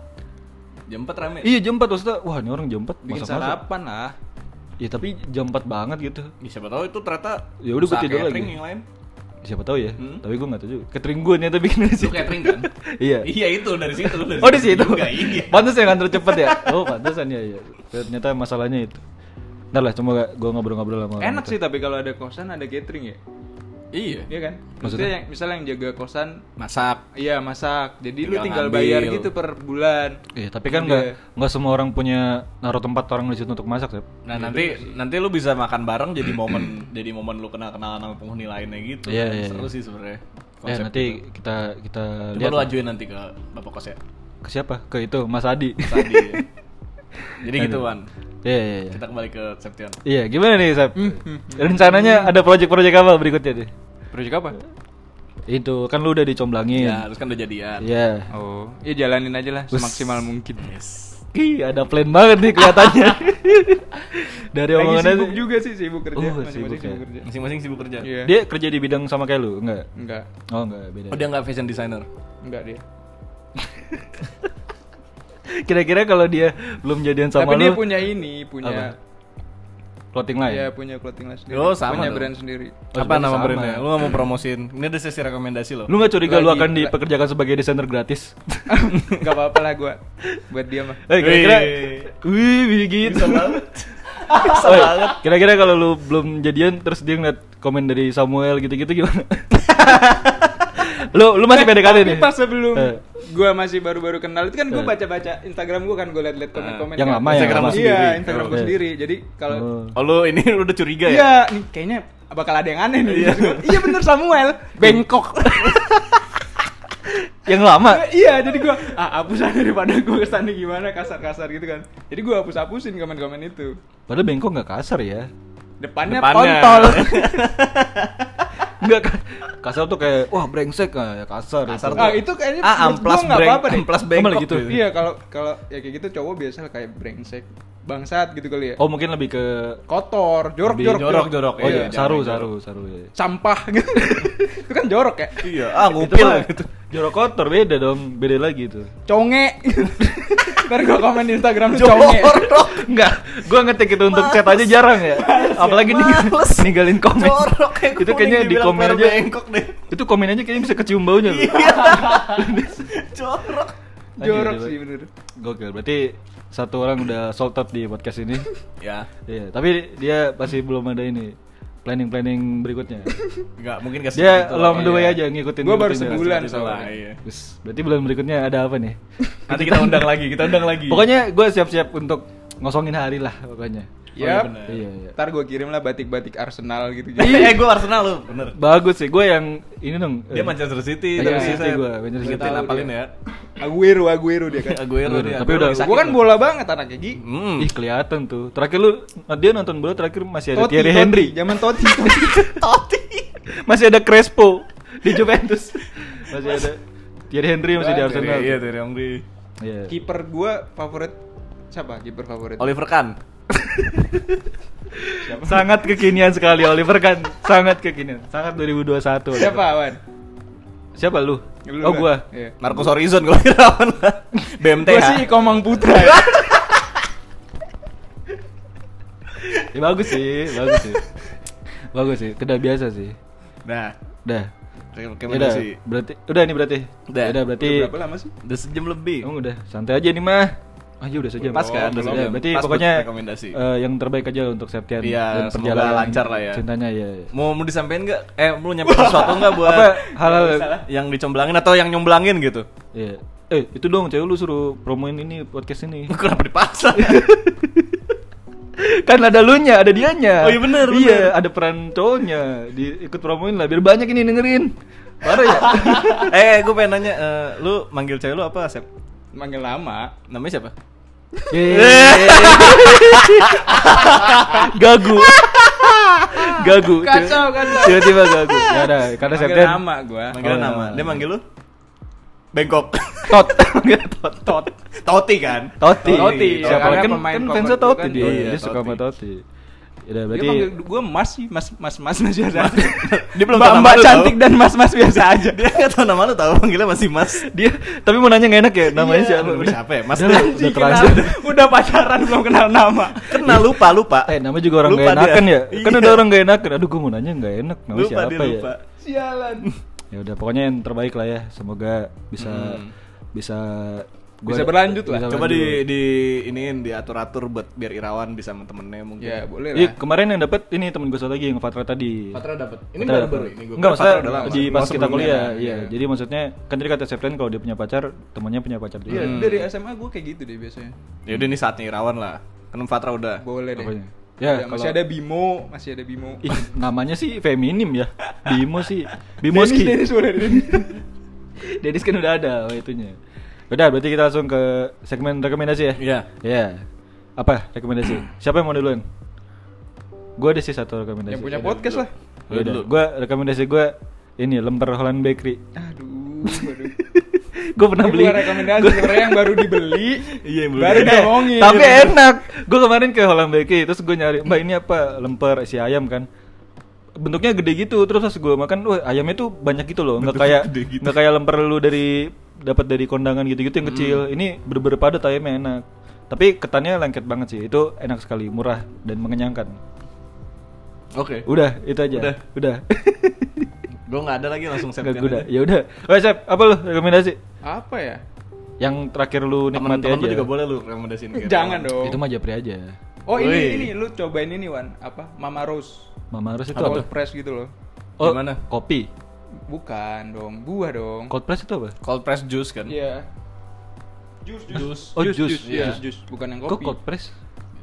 Jam 4 rame. Iya jam 4 maksudnya, wah ini orang jam 4 Bikin masak-masak sarapan lah. Iya tapi jam 4 banget gitu Ya, siapa tahu itu ternyata Ya udah, gua usaha tidur catering lagi. yang lain. siapa tahu ya Hmm? tapi gue nggak tahu juga catering gue ternyata bikin di Itu situ catering kan? iya iya itu dari situ dari oh di situ juga, iya. pantas yang nganter cepet ya oh pantasan ya iya ternyata masalahnya itu ntar lah coba gue ngobrol-ngobrol sama orang Enak itu. sih tapi kalau ada kosan ada catering ya. Iya. Iya kan? Maksudnya? Maksudnya yang misalnya yang jaga kosan Masak. Iya masak, jadi lu Tinggal tinggal ngambil. bayar gitu per bulan. iya tapi kan nggak nggak semua orang punya naruh tempat orang di situ untuk masak ya Nah nanti nanti lu bisa makan bareng jadi momen jadi momen lu kenal kenalan sama penghuni lainnya gitu. Iya, iya, Seru iya. sih sebenarnya. ya konsep nanti itu. kita kita coba lihat lu lah. ajuin nanti ke bapak kos ya. ke siapa ke itu Mas Adi Tadi. jadi gitu Wan. iya iya iya Kita kembali ke Septian. iya gimana nih Sep rencananya ada project-project apa berikutnya deh Proyek apa? itu kan lu udah dicomblangin Ya, terus kan udah jadian. Iya. Oh, ya jalanin aja lah Wes. semaksimal mungkin. Yes. Ih, ada plan banget nih kelihatannya. Dari Lagi omongannya sibuk sih. juga sih sibuk kerja, Oh, masing-masing sibuk ya. kerja. Masing-masing sibuk kerja. Iya. Dia kerja di bidang sama kayak lu, enggak? Enggak, Oh, enggak, beda. Oh dia nggak fashion designer. enggak dia. Kira-kira kalau dia belum jadian sama Tapi lu, Nah, dia punya ini, punya clothing lain. ya punya clothing line sendiri. Oh, sama punya dong. brand sendiri. Oh, sebenarnya Apa nama sama. brandnya? Lu nggak mau promosiin? Ini ada sesi rekomendasi lo. Lu nggak curiga lu Lagi- akan dipekerjakan sebagai desainer gratis? Enggak apa-apa lah gua buat dia mah. Eh, kira-kira Wih, begitu. Bisa banget. Kira-kira kalau lu belum jadian terus dia ngeliat komen dari Samuel gitu-gitu gimana? lu lu masih Eh, PDKT tapi nih. Pas sebelum Eh. gua masih baru-baru kenal itu kan gua Eh. baca-baca Instagram gua kan gua liat-liat komen-komen. Yang kan. lama, yang Instagram lama. lu Iya, sendiri. Instagram gua Oh. sendiri. Jadi kalau Oh. Oh lu ini lu udah curiga ya? Iya, nih kayaknya bakal ada yang aneh nih. Terus gua, iya bener Samuel, bengkok. Yang lama. iya, jadi gua ah hapusan daripada gua kesana gimana kasar-kasar gitu kan. Jadi gua hapus-hapusin komen-komen itu. Padahal bengkok nggak kasar ya. Depannya, Depannya. kontol. Enggak ka- kasar tuh kayak wah brengsek ah, ya kasar. Kasar Itu. ah, itu kayaknya Ah, menurut gua amplas nggak breng- apa-apa deh. amplas bengkok Emang gitu. gitu. Iya, kalau kalau ya kayak gitu cowok biasa lah kayak brengsek, bangsat gitu kali ya. Oh mungkin lebih ke Kotor, jorok, Lebih jorok, jorok, jorok. oh Iya, iya, saru, jangan saru, saru, ya. Sampah gitu. itu kan jorok ya. Iya. Ah Itu ngupil mah gitu. Jorok kotor beda dong, beda lagi tuh. Conge. Ntar gua komen di Instagram lu conge. Enggak, gua ngetik itu untuk chat aja jarang ya. Apalagi nih males. ninggalin komen. Jorok kayak itu kayaknya di komen aja. Iya. bengkok deh. Iya. Itu komen aja kayaknya bisa kecium baunya loh. Jorok. Lanjut, Jorok lanjut. sih bener. Gokil. Berarti satu orang udah sold out di podcast ini. Ya, Iya, tapi dia pasti belum ada ini planning-planning berikutnya. enggak mungkin kasih Dia long long the way Ya, aja ngikutin. Gua baru ngikutin jalan. sebulan salah. soalnya. Iya. Terus, berarti bulan berikutnya ada apa nih? Nanti kita undang lagi, kita undang lagi. kan Pokoknya gue siap-siap untuk ngosongin hari lah pokoknya. Yap. bener. Iya, iya. Ntar gue kirim lah batik-batik Arsenal gitu. gitu. eh gue Arsenal lu, bener. Bagus sih, gue yang ini dong. eh, Dia Manchester City, Iya, tapi City saya- gua, Manchester Kita City. napalin ya. Aguero, Aguero dia kan. Aguero, Aguero dia. tapi udah- Gue kan bola banget anaknya Gi. Hmm. Ih kelihatan tuh. Terakhir lu dia nonton bola terakhir masih ada Totti, Thierry Totti. Henry, zaman Totti. Totti. masih ada Crespo di Juventus, masih ada Thierry Henry masih di Wah, Arsenal. Iya, Iya. dari Hongri. Kiper gue favorit siapa? Kiper favorit. Oliver Kahn. Sangat kekinian sekali Oliver kan, sangat kekinian, sangat 2021. Oliver. Siapa Wan? Siapa lu? Lu oh kan? gua. Iya. Marcus Horizon kalau kira lawan lah. BMT Gue ya. sih Komang Putra. ya. Ya, bagus sih, bagus sih. bagus sih, udah biasa sih. Nah, Udah. Udah, rekomendasi. berarti udah nih berarti. Udah. Udah berarti. Udah Berapa lama sih? Udah sejam lebih. Emang udah santai aja nih mah. aja udah sejam. Pas kan, udah belum. sejam. Berarti Pas buat pokoknya rekomendasi. eh, yang terbaik aja untuk Septian Iya, dan semoga perjalanan lancar lah ya. Cintanya ya. ya. Mau mau disampaikan nggak? Eh, lu nyampein sesuatu nggak buat Apa hal-hal yang dicomblangin atau yang nyomblangin gitu? Iya. Eh, itu dong cewek lu suruh promoin ini podcast ini. Kenapa dipaksa? kan ada lu nya, ada dianya. Oh iya bener, Iya, bener. ada peran cowoknya. Di, ikut promoin lah biar banyak ini dengerin. Parah ya. eh, gue pengen nanya, eh, lu manggil cewek lu apa, Sep? Manggil lama. Namanya siapa? Yeay. Eh. gagu. Gagu. Kacau, kacau. Tiba-tiba gagu. Gak ada, karena Manggil Septian. lama gua. Manggil Oh, nama. nama. Dia manggil lu? Bengkok. Tot. Manggil Tot. Tot. Toti kan? Toti. Oh, Toti. Siapa Karena lagi kan pemain kan favorit fansnya gua Toti kan dia. Toti. dia suka sama Toti. Toti. Ya Dia berarti manggil gue mas sih, mas mas mas mas biasa. Dia belum mbak tahu mbak nama lu cantik tau. dan mas mas biasa aja. Dia nggak tahu nama lu tahu manggilnya masih Mas. dia tapi mau nanya gak enak ya namanya Iya, siapa? namanya Udah. siapa ya? Mas Udah lah, Nanti udah Kenal- terlanjur. udah pacaran belum kenal nama. Kena lupa lupa. Eh namanya juga orang Lupa gak enakan dia. ya Kan Iya. ada orang gak enakan Aduh gue mau nanya gak enak Namanya lupa siapa dia ya lupa. Sialan. Ya udah pokoknya yang terbaik lah ya Semoga bisa Bisa Hmm. Bisa berlanjut lah. bisa Coba berlanjut. di di iniin diatur atur buat biar Irawan bisa sama temennya mungkin. Ya boleh Iya, lah. kemarin yang dapat ini temen gue satu lagi yang Fatra tadi. Fatra dapat. Ini Fatra baru dapet. baru ini gua. Enggak, Fatra maksudnya udah lama. di Oh, pas kita sebelumnya kuliah, lah, iya. iya. Jadi maksudnya kan tadi kata Septian kalau dia punya pacar, temennya punya pacar juga. Iya, dari SMA gue kayak gitu deh biasanya. Ya udah nih saatnya Irawan lah. Kan Fatra udah. Boleh deh. Apanya? Ya, Ya, masih kalau- ada Bimo, masih ada Bimo. Ih, namanya sih feminim ya. Bimo sih. Bimoski. Dennis, Dennis, boleh, Dennis. Dedis kan udah ada oh, itunya. Udah, berarti kita langsung ke segmen rekomendasi ya. Iya. Iya. Apa rekomendasi? Siapa yang mau duluan? Gue ada sih satu rekomendasi. Yang punya podcast lah. Ya Lu dulu. Gue rekomendasi gue ini lemper Holland Bakery. Aduh, aduh. gue pernah Ini beli bukan rekomendasi gua- sebenarnya yang baru dibeli. Iya, yang baru baru dibeli. diomongin. tapi enak gue kemarin ke Holland Bakery terus gue nyari mbak ini apa lemper isi ayam kan bentuknya gede gitu terus pas gue makan wah ayamnya tuh banyak gitu Hmm. loh nggak kayak gede gitu. nggak kayak lemper lu dari dapat dari kondangan gitu-gitu yang kecil ini berber padat ayamnya enak tapi ketannya lengket banget sih itu enak sekali murah dan mengenyangkan Oke. udah itu aja Udah. udah Gue nggak ada lagi langsung nggak Septian. kuda ya udah oke Sep, apa lu rekomendasi Apa ya? yang terakhir lu nikmati Temen-temen lu aja juga boleh lu rekomendasiin ke Jangan Irawan. dong. itu mah japri aja Oh, ini Wih. ini lu cobain ini Wan, apa? Mama Rose. Mama harus itu apa? Cold press gitu loh. Oh, Gimana? kopi. Bukan dong, buah dong. Cold press itu apa? Cold press juice kan? Iya. Jus, jus. Oh, jus, iya. jus, jus, bukan yang Kok kopi. cold press?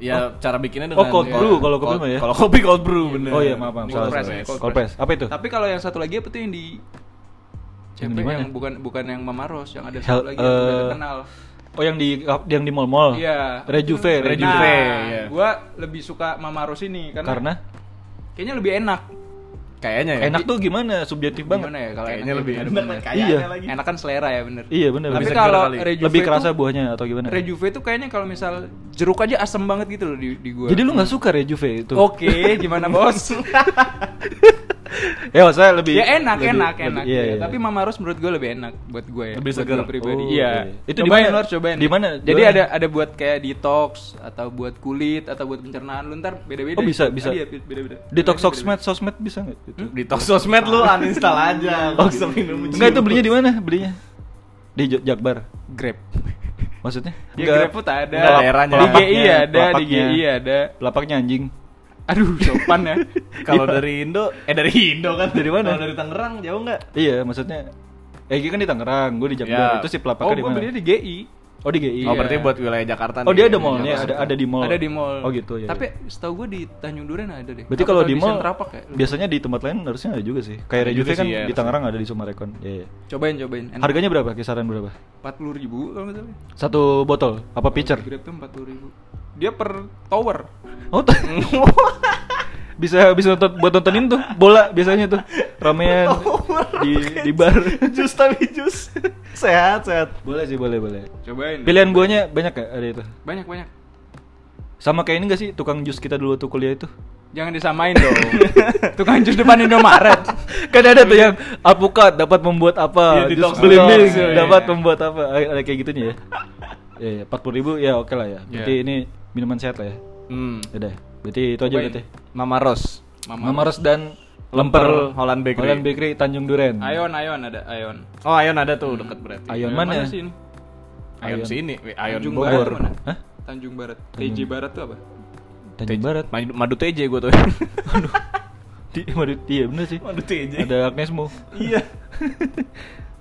Ya cara bikinnya Oh, dengan cold ya, brew kalau kopi cold- mah ya. Kalau kopi cold brew bener. Oh iya, maaf, maaf. Ini Salah, cold press, salah. ini Cold, cold press. Apa itu? Tapi kalau yang satu lagi apa tuh yang di Yang Siapa di mana? yang bukan bukan yang Mama Rose, yang ada Hel- satu lagi yang udah eh, terkenal. Oh, yang di yang di mall-mall. Iya. Rejuve, Nah, Rejuve. iya. Gua lebih suka Mama Rose ini karena, Karena kayaknya lebih enak. Kayaknya ya. enak tuh gimana? Subjektif banget. Gimana ya kalau Kayaknya enak lebih ya, enak. bener. Iya. Kayaknya lagi. Enak kan selera ya bener. Iya, bener. Tapi Lebih seger kalau kali. Rejuve Lebih tuh- kerasa buahnya atau gimana? Rejuve tuh kayaknya kalau misal jeruk aja asem banget gitu loh di, di gua. Jadi lu nggak suka Rejuve itu? Oke, gimana bos? Ya, saya lebih ya enak, lebih- enak, lebih- enak. iya, Ya, iya. Tapi Mama Rose menurut gue lebih enak buat gue ya. Lebih buat seger. gua pribadi. Oh, iya. iya. Itu Itu di cobain mana? luar cobain. Di mana? Jadi Jualan? ada ada buat kayak detox atau buat kulit atau buat pencernaan lu ntar beda-beda. Oh, bisa, bisa. Iya, beda-beda. Detox Beda-beda. sosmed, sosmed bisa nggak? gitu? Itu? Detox sosmed lu uninstall aja. Oh, Bisa minum Hmm? Enggak itu belinya di mana? Belinya di Jo- Jakbar. Grab. Maksudnya? Ya Enggak. GrabFood ada. Enggak, daerahnya. Di GI Pelapaknya, ada, di pelapaknya. GI ada. Pelapaknya anjing. Aduh, sopan ya. Kalau dari Indo, eh dari Indo kan Iya. Dari mana? Kalau dari Tangerang jauh nggak? Iya, maksudnya Egy kan di Tangerang, gue di Jakbar. Ya. Itu si oh, pelapaknya di gue mana? belinya di GI. Oh, di GI. Oh Iya. berarti buat wilayah Jakarta. Oh, nih. dia ada Wilayah mallnya, Jakarta. ada ada di mall. Ada di mall. Oh gitu ya. Tapi setahu gue di Tanjung Duren ada deh. berarti Apa kalau atau di mall Senterapak ya? Lupa. biasanya di tempat lain harusnya ada juga sih. Ada Kayak Rejuve juga kan sih, ya, di Tangerang ada di Sumarekon. Iya. iya. Cobain, cobain. Enak. Harganya berapa? Kisaran berapa? empat puluh ribu kalau nggak salah. Satu botol apa pitcher? Grab tuh empat puluh ribu. Dia per tower. Oh, tuh. bisa bisa nonton buat nontonin tuh bola biasanya tuh ramean Oh, di di bar. Jus tapi jus. Sehat sehat. boleh sih, boleh, boleh. Cobain. Pilihan buahnya banyak ya ada itu. Banyak banyak. Sama kayak ini gak sih tukang jus kita dulu tuh kuliah itu? Jangan disamain dong. Tukang jus depan Indomaret. kan ada tuh yang alpukat dapat membuat apa Iya, di jus talk belimbing show. dapat Iya. membuat apa ada ada kayak gitunya ya ya empat puluh ribu ya oke lah ya berarti Iya. ini minuman sehat lah ya Hmm. udah berarti itu aja Cobain. berarti Mama Ros. Mama, Ros dan lemper Holland Bakery. Holland Bakery Tanjung Duren Ayon, Ayon ada Ayon. Oh Ayon ada tuh deket berarti. Ayon Ayon mana, sih ini? Ayon sini, eh, Ayon Tanjung Bogor. Barat. tuh mana? Hah? Hmm. Tanjung Barat. TJ Barat tuh apa? Tanjung Barat. Madu, madu TJ gue tuh. Di, waduh, iya bener sih. madu TJ. Ada Agnesmo. Iya.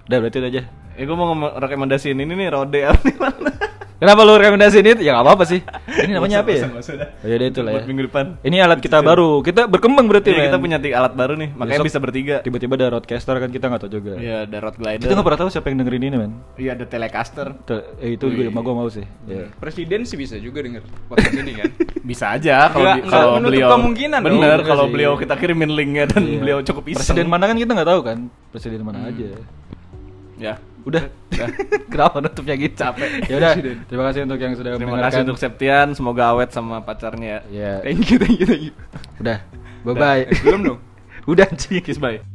Udah berarti udah aja. Ya gue mau ngomong- rekomendasiin ini nih Rode apa nih mana? Kenapa lu rekomendasi ini? Ya gak apa-apa sih. Ini namanya apa ya? Nggak usah, nggak usah, nggak usah Oh, yaudah, itulah Buat ya. minggu depan. Ini alat kita baru. Kita berkembang berarti Iya, men. kita punya ti- alat baru nih, makanya Besok bisa bertiga. Tiba-tiba ada roadcaster kan kita nggak tahu juga. Iya, ada rod glider. Kita nggak pernah tahu siapa yang dengerin ini men. Iya, ada telecaster. Te- eh, itu juga Wih. mau gue mau sih. Iya. Presiden sih bisa juga denger podcast ini kan. Bisa aja kalau Nggak- di- nggak kalau menutup beliau kemungkinan dong. bener Iya kalau sih. beliau kita kirimin linknya dan Iya. beliau cukup iseng. Hmm. Presiden mana kan kita nggak tahu kan. Presiden mana aja. Ya. Udah. Kenapa nutupnya gitu? Capek. Ya udah. Terima kasih untuk yang sudah Terima mendengarkan. kasih untuk Septian, semoga awet sama pacarnya. Ya. Thank you, thank you, thank you. Udah. Bye bye. Eh, belum dong. udah anjing. Kiss bye.